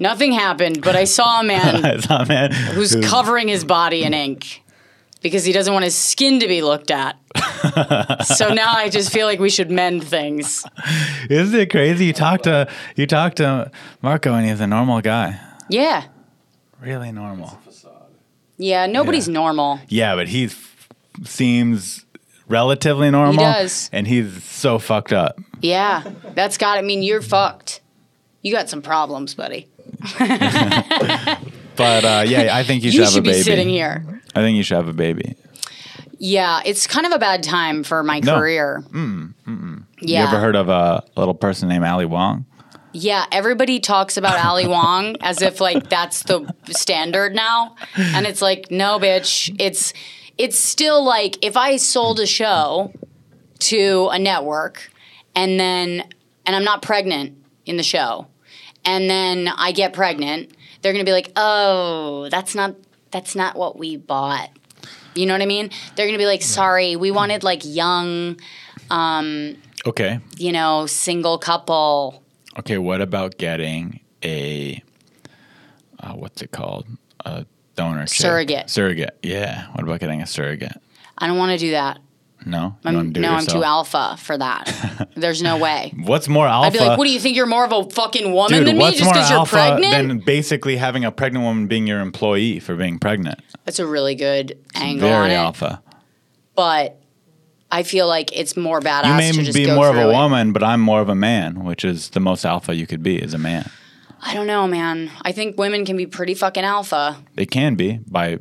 Nothing happened, but I saw
<laughs>
a man
It's not man.
who's covering his body in ink because he doesn't want his skin to be
<laughs>
looked at. so now I just feel like we should mend things.
Isn't it crazy? You talk to you talk to Marco and he's a normal guy.
Yeah.
Really normal.
Facade.
Yeah, nobody's normal.
Yeah, but he seems relatively normal.
does.
And he's so fucked up.
Yeah. That's got to mean you're fucked. You got some problems, buddy.
But uh, yeah, I think you should
You
have
should
a baby.
be sitting here.
I think you should have a baby.
Yeah, it's kind of a bad time for my
No.
career. Mm, Yeah.
You ever heard of a little person named Ali Wong?
Yeah, everybody talks about Ali Wong as if like that's the standard now. And it's like, no, bitch. It's it's still like if I sold a show to a network and then and I'm not pregnant in the show, and then I get pregnant, they're gonna be like, Oh, that's not that's not what we bought. You know what I mean? They're gonna be like, sorry, we wanted like young,
Okay.
you know, single couple.
Okay, what about getting a uh, what's it called? A donor chip.
Surrogate.
Surrogate. Yeah. What about getting a surrogate?
I don't wanna do that.
No, You
I'm,
wanna do it
no, I'm
yourself?
too alpha for
<laughs>
that. There's no way.
What's more alpha?
I'd be like, what do you think? You're more of a fucking woman
Dude,
than me
what's
just
more
because you're
alpha
pregnant?
than basically having a pregnant woman being your employee for being pregnant?
That's a really good angle on
Very
it.
alpha.
But I feel like it's more badass.
You
to
may
just
be
go
more of
through
a
it.
woman, but I'm more of a man, which is the most alpha you could be as a man.
I don't know, man. I think women can be pretty fucking alpha
They can be by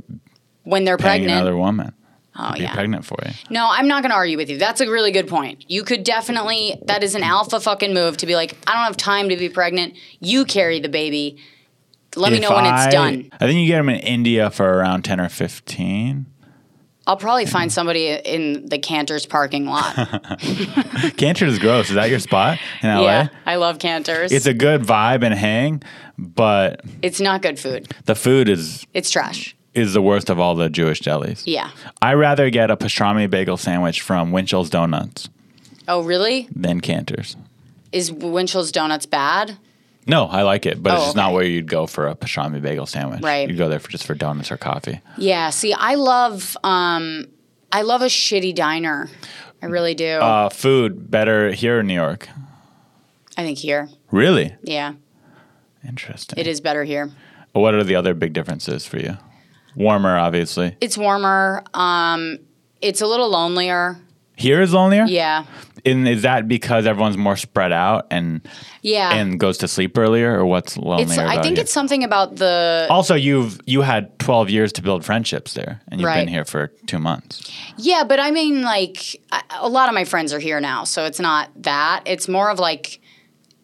when they're
paying
pregnant.
another woman.
oh
to Be
yeah.
pregnant for you.
No, I'm not going to argue with you. That's a really good point. You could definitely that is an alpha fucking move to be like, I don't have time to be pregnant. You carry the baby. Let me
If
know when
I-
it's done.
I think you get them in India for around 10 or 15.
I'll probably find somebody in the Cantor's
<laughs>
parking lot.
Cantor is gross. Is that your spot in LA?
Yeah, I love Cantor's.
It's
It's,
a good vibe and hang, but
not good food.
the food is
It's trash.
is the worst of all the Jewish delis.
Yeah.
I rather get a pastrami bagel sandwich from Winchell's Donuts
Oh, really?
than Cantor's.
Is Winchell's Donuts bad?
No, I like it, but
Oh,
it's just not
okay.
where you'd go for a pastrami bagel sandwich.
Right.
You'd go there for just for donuts or coffee.
Yeah. See, I love. Um, I love a shitty diner. I really do.
Uh, food better here in New York.
I think here.
Really
Yeah.
interesting.
It is better here.
What are the other big differences for you? Warmer, obviously.
It's warmer. Um, it's a little lonelier.
Here is lonelier.
Yeah.
And is that because everyone's more spread out and
Yeah.
and goes to sleep earlier, or what's lonelier?
it's I
about
think
you?
it's something about the
Also, you've you had twelve years to build friendships there, and you've
Right.
been here for two months.
Yeah, but I mean, like, I- a lot of my friends are here now, so it's not that. It's more of like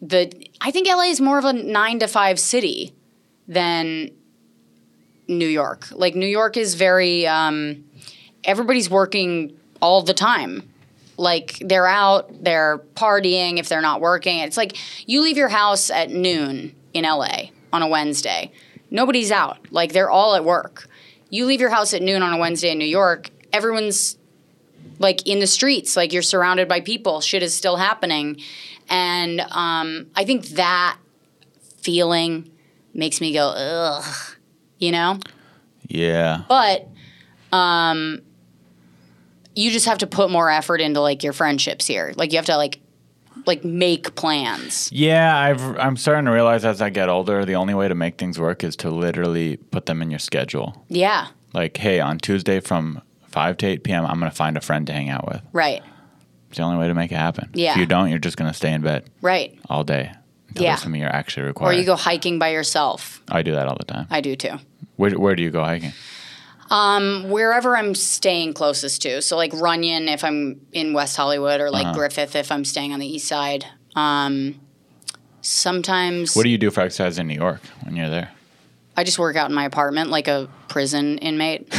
the. I think LA is more of a nine to five city than New York. Like, New York is very. Um, everybody's working all the time. Like, they're out, they're partying if they're not working. It's like you leave your house at noon in LA on a Wednesday, nobody's out. Like, they're all at work. You leave your house at noon on a Wednesday in New York, everyone's like in the streets like you're surrounded by people shit is still happening and um, i think that feeling makes me go ugh you know
Yeah,
but um, you just have to put more effort into like your friendships here like you have to like like make plans
yeah. I've I'm starting to realize as I get older, the only way to make things work is to literally put them in your schedule.
yeah
Like, hey, on Tuesday from five to eight p.m., I'm gonna find a friend to hang out with.
right
It's the only way to make it happen.
Yeah.
If you don't, you're just gonna stay in bed
right
all day until
Yeah.
there's something you're actually
or
required.
you go hiking by yourself
I do that all the time.
i do too
Where Where do you go hiking?
wherever I'm staying closest to. So like Runyon if I'm in West Hollywood, or like
Uh-huh.
Griffith if I'm staying on the East Side. Um, sometimes
What do you do for exercise in New York when you're there?
I just work out in my apartment like a prison
<laughs>
inmate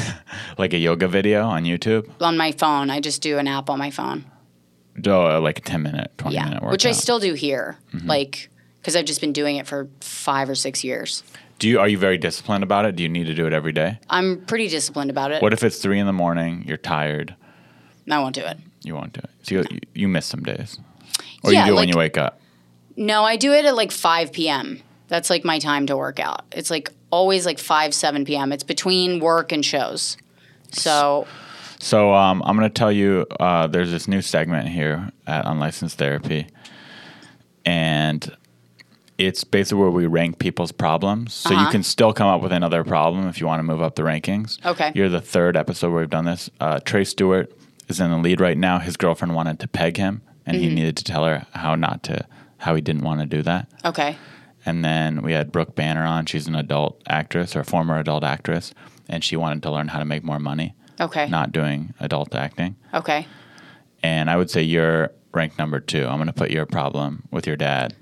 Like a yoga video on YouTube?
on my phone. I just do an app on my phone.
Oh, like a 10 minute, 20
Yeah,
minute workout.
which I still do here,
Mm-hmm.
like because I've just been doing it for five or six years.
Do you, are you very disciplined about it? Do you need to do it every day?
I'm pretty disciplined about it.
What if it's three in the morning, you're tired,
I won't do it.
you won't do it? So you, you, you miss some days. Or you
Yeah,
do it when
like-
you wake up.
No, I do it at like 5 p.m. That's like my time to work out. It's like always like 5, 7 p.m. It's between work and shows. So,
So um, I'm going to tell you uh, there's this new segment here at Unlicensed Therapy. And it's basically where we rank people's problems. So you can still come up with another problem if you want to move up the rankings.
Okay.
You're the third episode where we've done this. Uh, Trey Stewart is in the lead right now. His girlfriend wanted to peg him, and he needed to tell her how not to, how he didn't want to do that.
okay.
And then we had Brooke Banner on. She's an adult actress or former adult actress, and she wanted to learn how to make more money,
Okay.
not doing adult acting.
okay.
And I would say you're ranked number two. I'm going to put your problem with your dad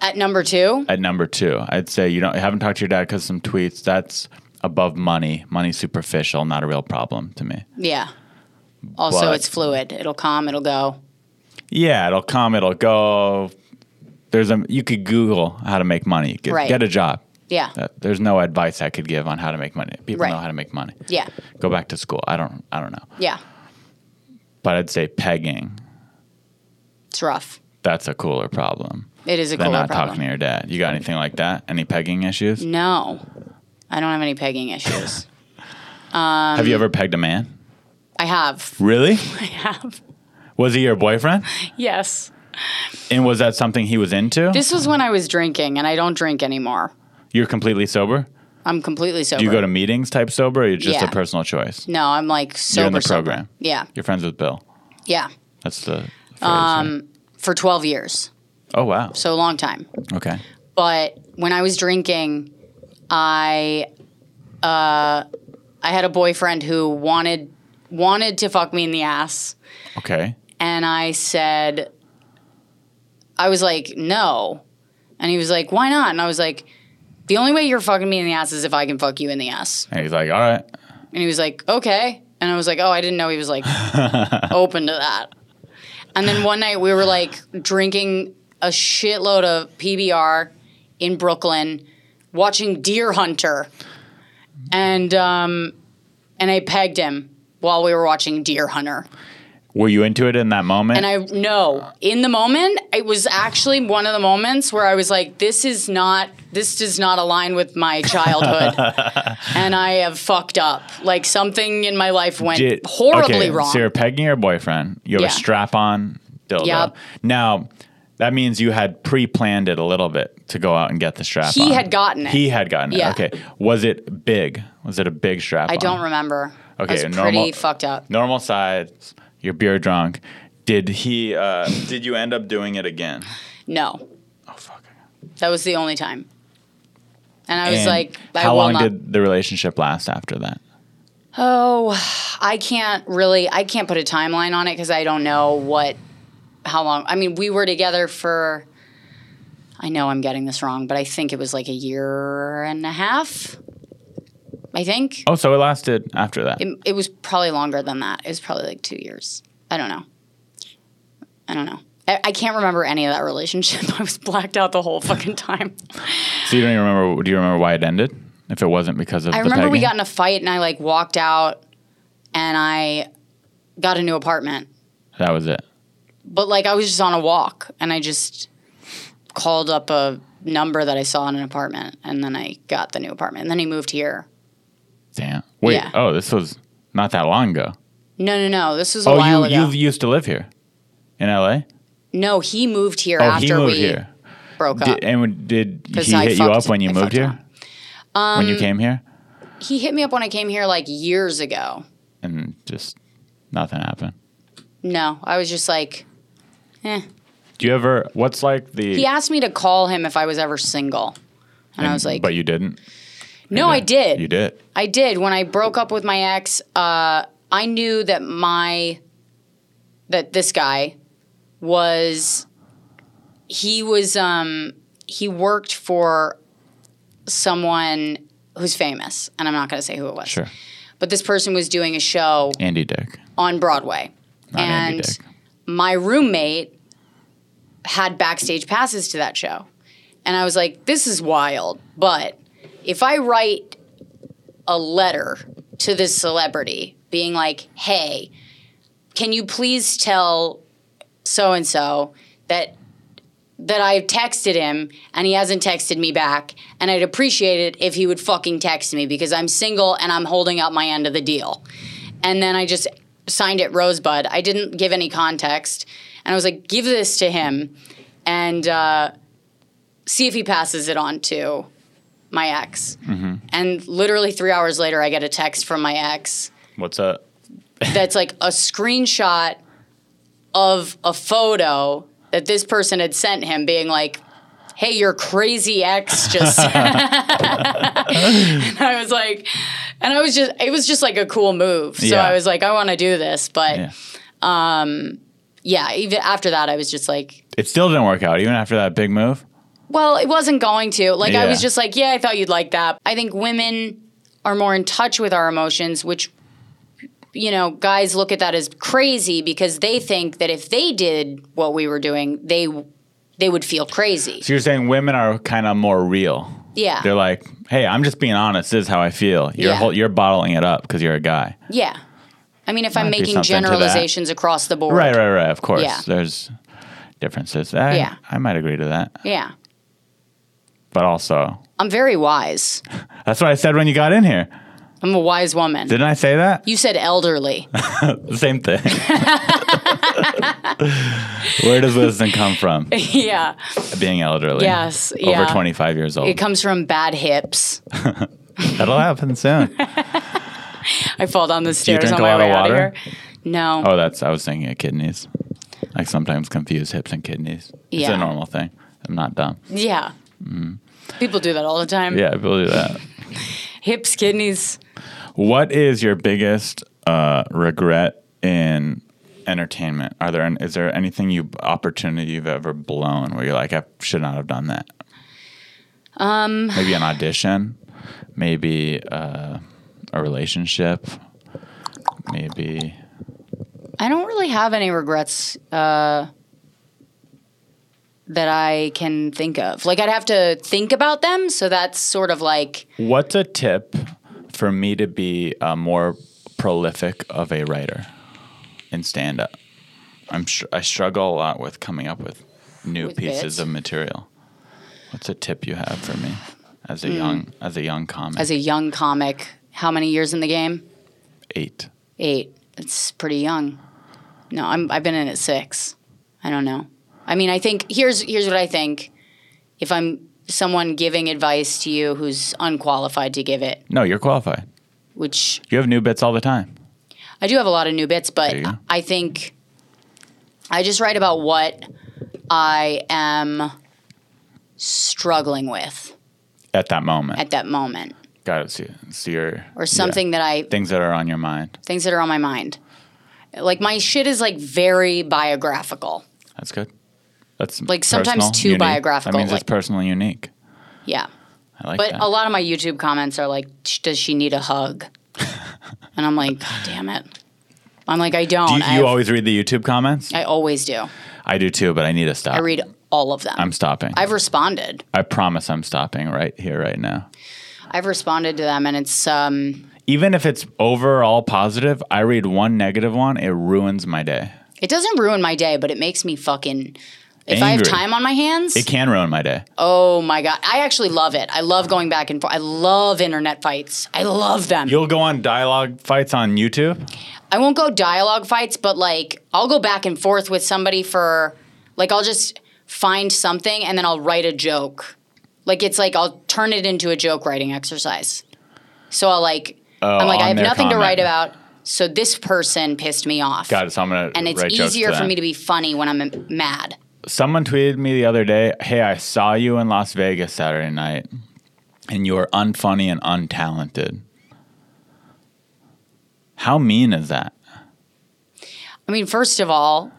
At number 2,
at number two. I'd say you don't haven't talked to your dad because some tweets. That's above money. Money superficial, not a real problem to me.
yeah. Also,
But-
it's fluid. It'll come, it'll go.
Yeah, it'll come, it'll go. There's a you could Google how to make money. Get,
Right.
get a job.
Yeah.
Uh, There's no advice I could give on how to make money. People
Right.
know how to make money.
Yeah.
Go back to school. I don't. I don't know.
Yeah.
But I'd say pegging.
It's rough.
That's a cooler problem
It is a
than
cooler
not
problem.
talking to your dad. You got anything like that? Any pegging issues?
No. I don't have any
<laughs>
pegging issues.
Have you ever pegged a man?
I have.
Really?
<laughs> I have.
Was he your
<laughs>
boyfriend?
Yes.
And was that something he was into?
This was when I was drinking and I don't drink anymore.
You're completely sober?
I'm completely sober.
Do you go to meetings type sober or you're just
Yeah.
a personal choice?
No, I'm like sober.
You're in the
sober.
program.
Yeah.
You're friends with Bill.
Yeah.
That's the phrase. right?
Um, For 12 years.
Oh, wow.
So a long time.
Okay.
But when I was drinking, I uh I had a boyfriend who wanted wanted to fuck me in the ass
Okay.
and I said I was like, "No." And he was like, "Why not?" And I was like, "The only way you're fucking me in the ass is if I can fuck you in the ass."
And he's like, all right.
And he was like, okay. And I was like, oh, I didn't know he was like open to that. And then one night we were like drinking a shitload of PBR in Brooklyn, watching Deer Hunter. And um, and I pegged him while we were watching Deer Hunter.
Were you into it in that moment?
And I no, in the moment, it was actually one of the moments where I was like, "This is not. This does not align with
<laughs>
my childhood, and I have fucked up. Like something in my life went
Did-
horribly
okay,
wrong.
So you're pegging your boyfriend. You have
Yeah.
a strap on dildo.
Yep.
Now, that means you had pre planned it a little bit to go out and get the strap
He
on.
had gotten it.
He had gotten
Yeah.
it. Okay. Was it big? Was it a big strap
I don't remember.
uh, Okay,
I was
normal-
pretty fucked up.
Normal size, you're beer drunk. Did he, uh, did you end up doing it again?
No,
Oh, fuck.
that was the only time. And I was
And
like, I
how
will
long
not.
did the relationship last after that?
Oh, I can't really. I can't put a timeline on it because I don't know what, how long. I mean, we were together for. I know I'm getting this wrong, but I think it was like a year and a half. I think
Oh, so it lasted after that.
it, it was probably longer than that. It was probably like two years. I don't know. I don't know. I, I can't remember any of that relationship. <laughs> I was blacked out the whole fucking time.
so you don't even remember, do you remember why it ended? If it wasn't because of
I
the
remember we
pegging?
got in a fight and I like walked out and I got a new apartment.
That was it.
but like I was just on a walk and I just called up a number that I saw in an apartment and then I got the new apartment and then he moved here.
Damn. Wait.
Yeah.
Oh, this was not that long ago.
No, no, no. This was a
oh,
while
you
ago.
you used to live here in L.A.
no, he moved here
Oh,
after
he moved
we
here.
broke up.
Did, and did he
'Cause I
hit you
fucked-
up when you
I
moved
fucked Um,
here? when you came here,
he hit me up when I came here like years ago.
and just nothing happened.
No, I was just like, eh.
Do you ever? What's like the?
He asked me to call him if I was ever single. And, I was like,
but you didn't.
no, I did.
You did.
I did. When I broke up with my ex, uh, I knew that my that this guy was he was um he worked for someone who's famous, and I'm not gonna say who it was.
Sure.
But this person was doing a show
Andy Dick,
on Broadway.
not
and
Andy Dick.
my roommate had backstage passes to that show. And I was like, this is wild. But if I write a letter to this celebrity being like, hey, can you please tell so and so that that I texted him and he hasn't texted me back and I'd appreciate it if he would fucking text me because I'm single and I'm holding out my end of the deal and then I just signed it Rosebud. I didn't give any context, and I was like, "Give this to him, and uh, see if he passes it on to my ex." And literally three hours later, I get a text from my ex
What's up?
that's like a screenshot of a photo that this person had sent him, being like. Hey, your crazy ex just. <laughs> and I was like, and I was just, it was just like a cool move. So
Yeah.
I was like, I want to do this, but um,
Yeah.
yeah, even after that, I was just like,
It still didn't work out, even after that big move.
well, it wasn't going to. Like, I
Yeah.
was just like, yeah, I thought you'd like that. I think women are more in touch with our emotions, which, you know, guys look at that as crazy because they think that if they did what we were doing, they they would feel crazy.
So you're saying women are kind of more real.
Yeah.
They're like, hey, I'm just being honest. This is how I feel. You're
Yeah.
hol- you're bottling it up because you're a guy.
yeah. I mean, if I'm
Might be
making
something to that.
generalizations across the board.
Right, right, right. Of course,
Yeah.
there's differences. I,
Yeah.
I might agree to that,
Yeah.
but also
I'm very wise.
that's what I said when you got in here.
I'm a wise woman.
Didn't I say that?
you said elderly.
<laughs>
<laughs>
Same thing. <laughs> Where does wisdom come from?
yeah.
Being elderly.
Yes,
Over
yeah.
25 years old.
It comes from bad hips.
That'll happen soon.
I fall down the
you
stairs
drink
on
a
my
lot of
way out of
water?
here. No.
Oh, that's, I was thinking of kidneys. I sometimes confuse hips and kidneys. It's
Yeah.
a normal thing. I'm not dumb.
Yeah. People do that all the time.
Yeah, people do that.
Hips, kidneys.
What is your biggest uh, regret in entertainment? Are there is there anything you opportunity you've ever blown where you're like I should not have done that? Um, maybe an audition, maybe uh, a relationship, maybe
I don't really have any regrets uh, that I can think of. Like, I'd have to think about them. So that's sort of like,
what's a tip for me to be uh, more prolific of a writer in stand up? I'm str- I struggle a lot with coming up with new
With
pieces
bits?
of material. What's a tip you have for me as a young as a young comic?
Hmm. As a young comic, how many years in the game?
Eight.
Eight. It's pretty young. No, I'm, I've been in at six. I don't know. I mean, I think here's here's what I think. If I'm someone giving advice to you who's unqualified to give it,
No, you're qualified.
which
You have new bits all the time.
I do have a lot of new bits, but
There you go.
I think I just write about what I am struggling with
At that moment,
at that moment,
got it. See, see your
or something that I
things that are on your mind.
things that are on my mind. Like my shit is like very biographical.
That's good. That's
Like, sometimes
personal,
too
unique.
biographical,
That means
like-
it's personally unique.
Yeah.
I like
But
that.
a lot of my YouTube comments are like, "Sh- does she need
<laughs>
a hug? and I'm like, God damn it. I'm like, I don't.
Do you,
I,
you
have-
always read the YouTube comments? I,
I always do.
do too, but I need to stop.
I read all of them.
I'm stopping.
I've responded.
I promise I'm stopping right here, right now.
I've responded to them, and it's um,
Even if it's overall positive, I read one negative one, it ruins my day.
it doesn't ruin my day, but it makes me fucking. If I have
Angry.
time on my hands,
It can ruin my day.
oh my god, I actually love it. I love going back and forth. I love internet fights. I love them.
You'll go on dialogue fights on YouTube.
I won't go dialogue fights, but like I'll go back and forth with somebody for like I'll just find something and then I'll write a joke. Like it's like I'll turn it into a joke writing exercise. So I'll like I'm like
Oh, on
I have
their
nothing to
comment.
write about. So this person pissed me off.
Got it. So I'm gonna.
And it's
write jokes
easier for
them.
me to be funny when I'm mad.
Someone tweeted me the other day, "Hey, I saw you in Las Vegas Saturday night, and you were unfunny and untalented." How mean is that?
I mean, first of all,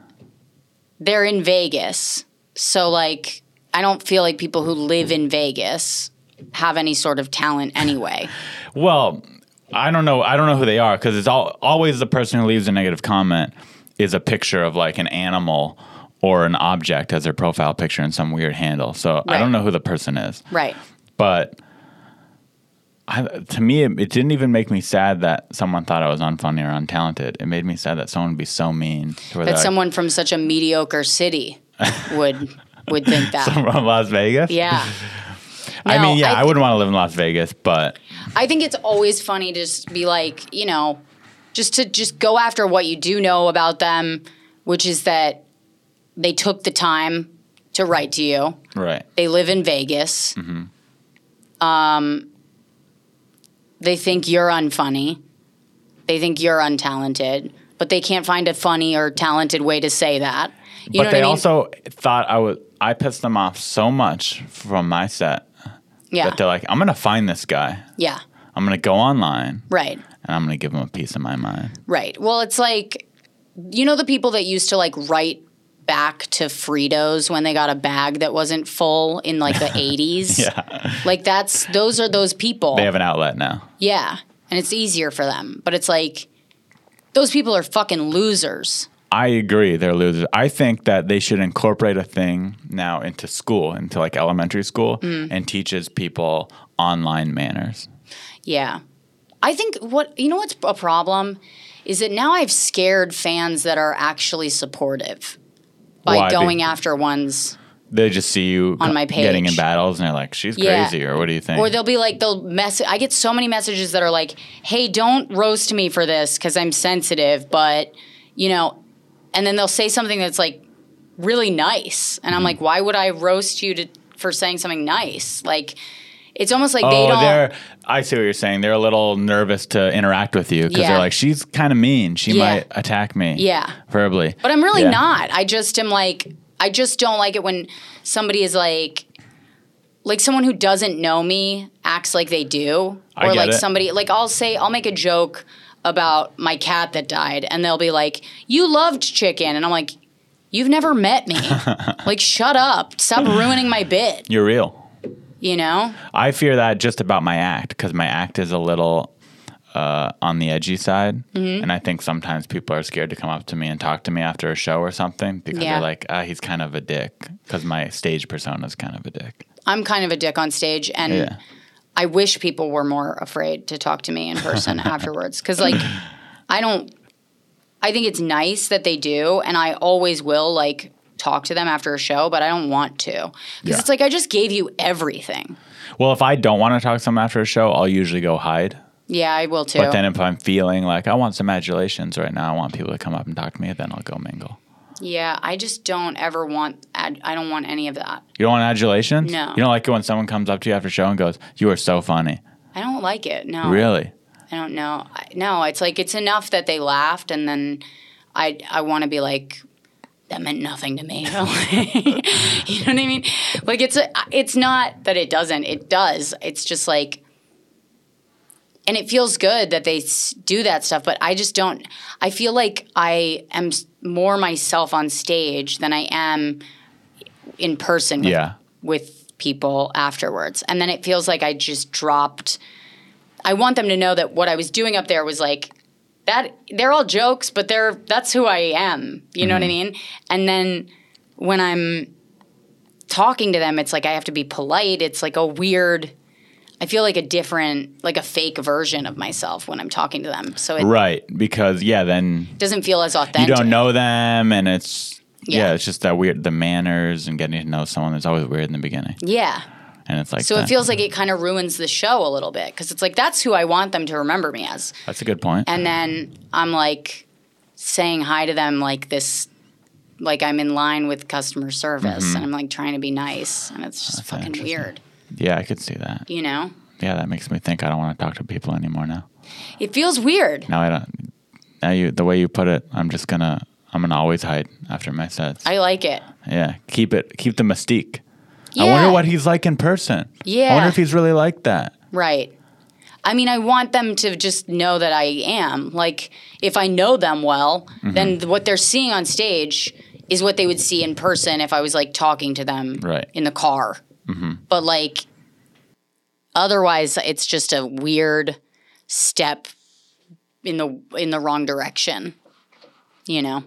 they're in Vegas. So, like, I don't feel like people who live in Vegas have any sort of talent
<laughs>
anyway.
Well, I don't know. I don't know who they are because it's all, always the person who leaves a negative comment is a picture of like an animal or an object as their profile picture in some weird handle. So I
Right.
don't know who the person is.
right.
But I, to me, it, it didn't even make me sad that someone thought I was unfunny or untalented. It made me sad that someone would be so mean. To where
That
they're like,
someone from such a mediocre city would would think that.
<laughs> from Las Vegas.
<laughs> yeah.
I
No,
mean, yeah,
I
I,
th-
wouldn't want to live in Las Vegas, but
I think it's always funny to just be like, you know, just to just go after what you do know about them, which is that they took the time to write to you.
right.
They live in Vegas. Um,
Mm-hmm.
they think you're unfunny. They think you're untalented, but they can't find a funny or talented way to say that. You
but
know what
they
I mean?
also thought I was. I pissed them off so much from my set
yeah,
that they're like, I'm gonna find this guy.
yeah,
I'm gonna go online
right.
and I'm gonna give him a piece of my mind.
Right. Well, it's like you know the people that used to like write back to Fritos when they got a bag that wasn't full in like
<laughs>
the 80s.
Yeah,
Like that's those are those people.
they have an outlet now.
yeah. And it's easier for them. But it's like those people are fucking losers.
I agree, they're losers. I think that they should incorporate a thing now into school, into like elementary school,
Mm.
and teaches people online manners.
Yeah. I think what you know what's a problem is that now I've scared fans that are actually supportive by
Why? Be-
going after one's
They just see you
On
co-
my
getting in
page.
battles, and they're like, "She's
Yeah.
crazy," or "What do you think?"
Or they'll be like, they'll mess. I get so many messages that are like, "Hey, don't roast me for this because I'm sensitive," but you know, and then they'll say something that's like really nice,
Mm-hmm.
and I'm like, "Why would I roast you to for saying something nice?" Like, it's almost like they
oh,
don't.
they're. I see what you're saying. They're a little nervous to interact with you because
Yeah.
they're like, "She's kind of mean. She
Yeah.
might attack me."
Yeah.
verbally.
But I'm really
Yeah.
not. I just am like, I just don't like it when somebody is like, like someone who doesn't know me acts like they do,
I
or
get
like
it.
somebody, like I'll say, I'll make a joke about my cat that died, and they'll be like, "You loved chicken," and I'm like, "You've never
<laughs>
met me. like, shut up. Stop ruining my bit.
You're real.
You know?
I fear that just about my act because my act is a little uh, on the edgy side,
Mm-hmm.
and I think sometimes people are scared to come up to me and talk to me after a show or something because
Yeah.
they're like, "Ah, he's kind of a dick." Because my stage persona is kind of a dick.
I'm kind of a dick on stage, and."
Yeah.
I
<laughs>
wish people were more afraid to talk to me in person afterwards because, like, I don't. I think it's nice that they do, and I always will like talk to them after a show, but I don't want to because
Yeah.
it's like I just gave you everything.
Well, if I don't want to talk to someone after a show, I'll usually go hide.
Yeah, I will too.
But then if I'm feeling like I want some adulations right now, I want people to come up and talk to me, then I'll go mingle.
yeah, I just don't ever want. Ad- I don't want any of that.
You don't want adulations?
No.
You don't like it when someone comes up to you after a show and goes, You are so funny.
I don't like it. No,
Really?
I don't know. I, no, it's like it's enough that they laughed, and then I I want to be like that meant nothing to me. <laughs> you know what I mean? Like it's a, it's not that it doesn't. It does. It's just like. And it feels good that they s- do that stuff, but I just don't. I feel like I am s- more myself on stage than I am in person with,
Yeah.
with people afterwards. And then it feels like I just dropped I want them to know that what I was doing up there was like that they're all jokes, but they're that's who I am. You know what I
Mm-hmm.
mean? And then when I'm talking to them, it's like I have to be polite. It's like a weird I feel like a different, like a fake version of myself when I'm talking to them. So it
Right. Because, yeah, then
doesn't feel as
you
authentic.
don't know them and it's. Yeah.
Yeah.
it's just that weird the manners and getting to know someone is always weird in the beginning.
Yeah.
And it's like
So it
that-
feels like it kind of ruins the show a little bit because it's like that's who I want them to remember me as.
that's a good point.
and then I'm like saying hi to them like this like I'm in line with customer service and I'm like trying to be nice and it's just fucking
Mm-hmm. interesting.
weird,
yeah, I could see that.
you know?
Yeah, that makes me think I don't want to talk to people anymore now.
It feels weird.
Now I don't. Now you, the way you put it, I'm just gonna, I'm gonna always hide after my sets.
I like it.
yeah, keep it, keep the mystique.
Yeah.
I wonder what he's like in person. I
Yeah.
wonder if he's really like that.
Right. I mean, I want them to just know that I am. Like, if I know them well,
Mm-hmm.
then th- what they're seeing on stage is what they would see in person if I was like talking to them
Right. Mm-hmm.
in the car. But like, otherwise, it's just a weird step in the in the wrong direction. You know,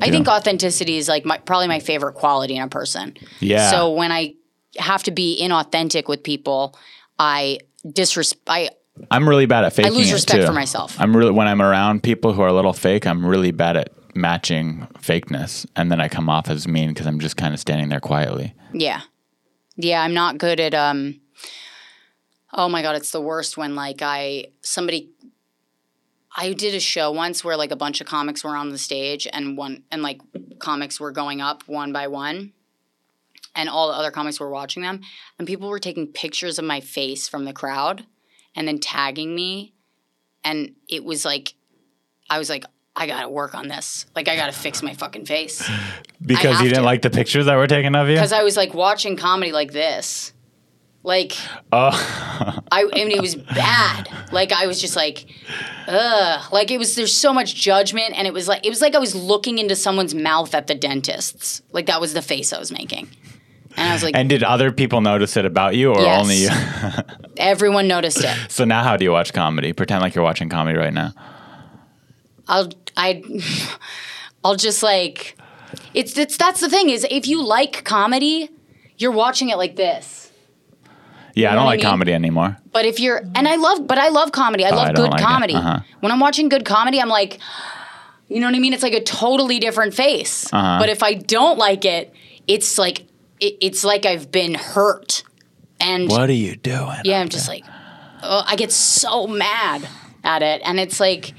I think authenticity is like my, probably my favorite quality in a person.
Yeah.
So when I have to be inauthentic with people, I disrespect. I
I'm really bad at faking.
lose
it,
respect
too.
for myself.
I'm really when I'm around people who are a little fake. I'm really bad at matching fakeness, and then I come off as mean because I'm just kind of standing there quietly.
yeah, yeah. I'm not good at um. Oh my god, it's the worst when like I somebody. I did a show once where like a bunch of comics were on the stage and one and like comics were going up one by one and all the other comics were watching them and people were taking pictures of my face from the crowd and then tagging me and it was like I was like I got to work on this. Like I got to fix my fucking face.
Because
have
you didn't
to.
like the pictures that were taken of you.
because I was like watching comedy like this. Like,
Oh.
I, I mean, it was bad. Like, I was just like, ugh. Like, it was, there's so much judgment. And it was like, it was like I was looking into someone's mouth at the dentist's. Like, that was the face I was making. And I was like,
And did other people notice it about you, or
Yes.
only you? <laughs>
everyone noticed it.
So now, how do you watch comedy? Pretend like you're watching comedy right now.
I'll, I, I'll just like, it's, it's, that's the thing is if you like comedy, you're watching it like this.
Yeah, I
know
don't
what I
like
mean?
comedy anymore.
But if you're, and I love, but I love comedy. I love
Oh, I don't
good
like it.
comedy.
Uh-huh.
When I'm watching good comedy, I'm like, you know what I mean? It's like a totally different face.
Uh-huh.
But if I don't like it, it's like, it, it's like I've been hurt. And
What are you doing?
yeah, I'm just like, oh, I get so mad at it. And it's like,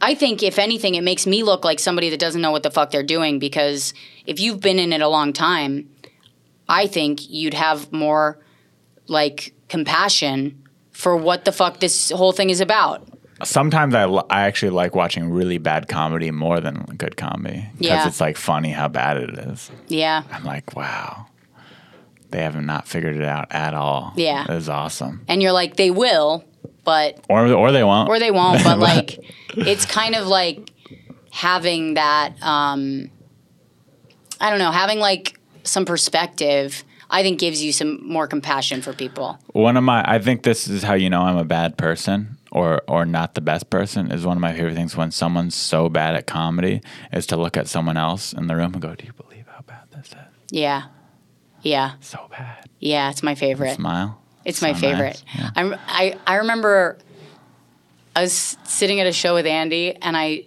I think if anything, it makes me look like somebody that doesn't know what the fuck they're doing because if you've been in it a long time, I think you'd have more like compassion for what the fuck this whole thing is about.
Sometimes I, li- I actually like watching really bad comedy more than good comedy because
Yeah.
it's like funny how bad it is.
Yeah.
I'm like, wow, they have not figured it out at all.
Yeah.
it was awesome.
And you're like, they will, but
Or or they won't.
or they won't but like it's kind of like having that um i don't know having like some perspective i think gives you some more compassion for people
One of my, I think this is how you know I'm a bad person or or not the best person is one of my favorite things when someone's so bad at comedy is to look at someone else in the room and go, "Do you believe how bad this is?
yeah yeah
So bad."
yeah it's my favorite
Smile.
It's my
So
favorite.
nice. Yeah.
I'm, I I remember I was sitting at a show with Andy, and I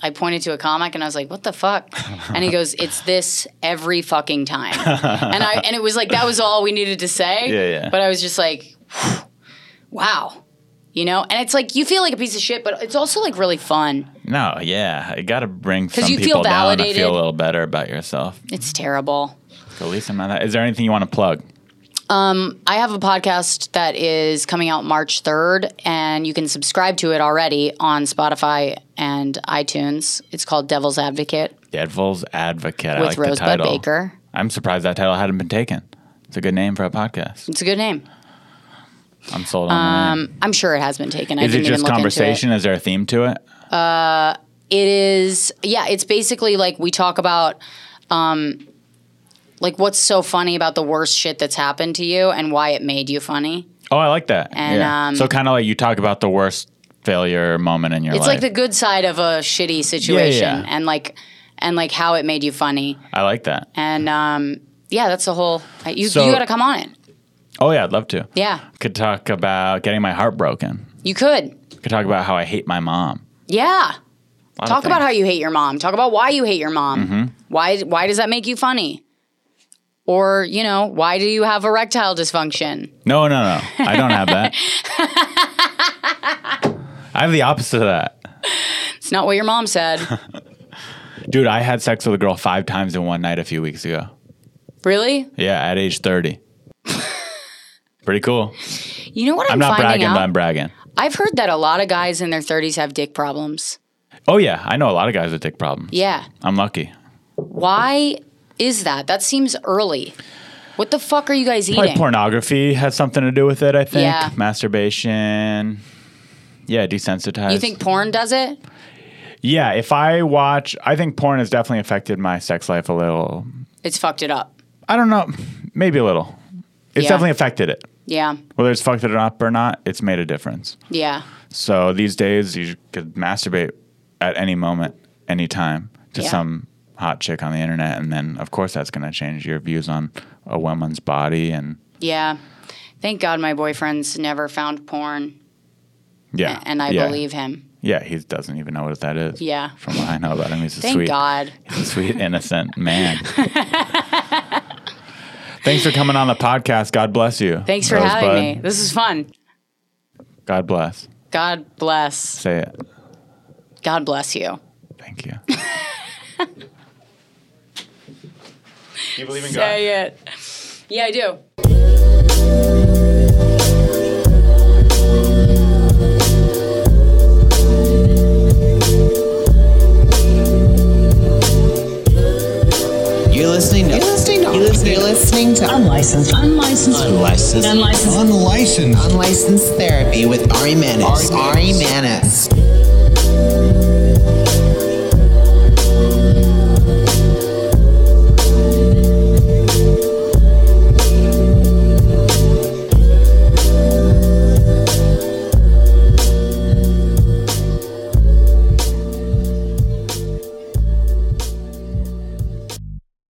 I pointed to a comic and I was like, "What the
<laughs>
fuck?" And he goes, "It's this every fucking time." and I and it was like that was all we needed to say.
Yeah, yeah.
But I was just like, "Wow." You know, and it's like you feel like a piece of shit, but it's also like really fun.
No, yeah, I gotta bring some
you feel
people down to
validated.
feel a little better about yourself.
It's terrible.
At least I'm not. That. Is there anything you want to plug?
I have a podcast that is coming out March 3rd, and you can subscribe to it already on Spotify and iTunes. It's called Devil's Advocate
Devil's Advocate. I
with
like the
Rosebud
title.
Baker.
I'm surprised that title hadn't been taken. It's a good name for a podcast.
It's a good name.
I'm sold on um,
I'm sure it has been taken. I
Is it
didn't even
just
look
conversation? Is there a theme to it?
Into it. it is, yeah, it's basically like we talk about. Um, like what's so funny about the worst shit that's happened to you and why it made you funny?
Oh, I like that.
And,
yeah.
um,
so kind of like you talk about the worst failure moment in your
It's
life.
like the good side of a shitty situation and like and like how it made you funny.
I like that.
And um, yeah, that's the whole. You,
So-
you got to come on it.
Oh yeah, I'd love to.
Yeah,
Could talk about getting my heart broken.
you could.
Could talk about how I hate my mom.
Yeah,
A lot of
talk about
things.
how you hate your mom. Talk about why you hate your mom.
Mm-hmm.
Why? Why does that make you funny? Or you know, why do you have erectile dysfunction?
No, no, no. I don't have
<laughs>
that. I have the opposite of that.
It's not what your
<laughs>
mom said.
Dude, I had sex with a girl five times in one night a few weeks ago.
really?
Yeah, at age
<laughs>
30. Pretty cool.
You know what I'm,
I'm not
finding
bragging,
out?
but I'm bragging.
I've heard that a lot of guys in their 30s have dick problems.
Oh, yeah. I know a lot of guys with dick problems.
Yeah.
I'm lucky.
Why is that? That seems early. What the fuck are you guys
Probably
eating?
pornography has something to do with it, I think.
Yeah.
Masturbation. Yeah, desensitized.
You think porn does it?
yeah, if I watch, I think porn has definitely affected my sex life a little.
It's fucked it up.
I don't know, maybe a little. It's
Yeah.
definitely affected it.
Yeah.
Whether it's fucked it up or not, it's made a difference.
Yeah.
So these days, you could masturbate at any moment, any time to
Yeah.
some hot chick on the internet, and then of course that's going to change your views on a woman's body and
Yeah. Thank God my boyfriend's never found porn,
yeah.
and I
yeah.
believe him.
Yeah, he doesn't even know what that is.
Yeah.
From what I know about him, he's a
Thank
sweet,
God.
he's a sweet, innocent
<laughs>
man. Thanks for coming on the podcast. God bless you.
Thanks for
Rosebud.
having me. This is fun.
God bless.
God bless.
Say it.
God bless you.
Thank
<laughs>
you. Do you believe in God?
Say it. Yeah, I do.
You're listening to. You're listening to. You're listening, you're listening to
Unlicensed. Unlicensed.
unlicensed,
Unlicensed.
Unlicensed.
unlicensed therapy with Ari Manis. Ari Manis.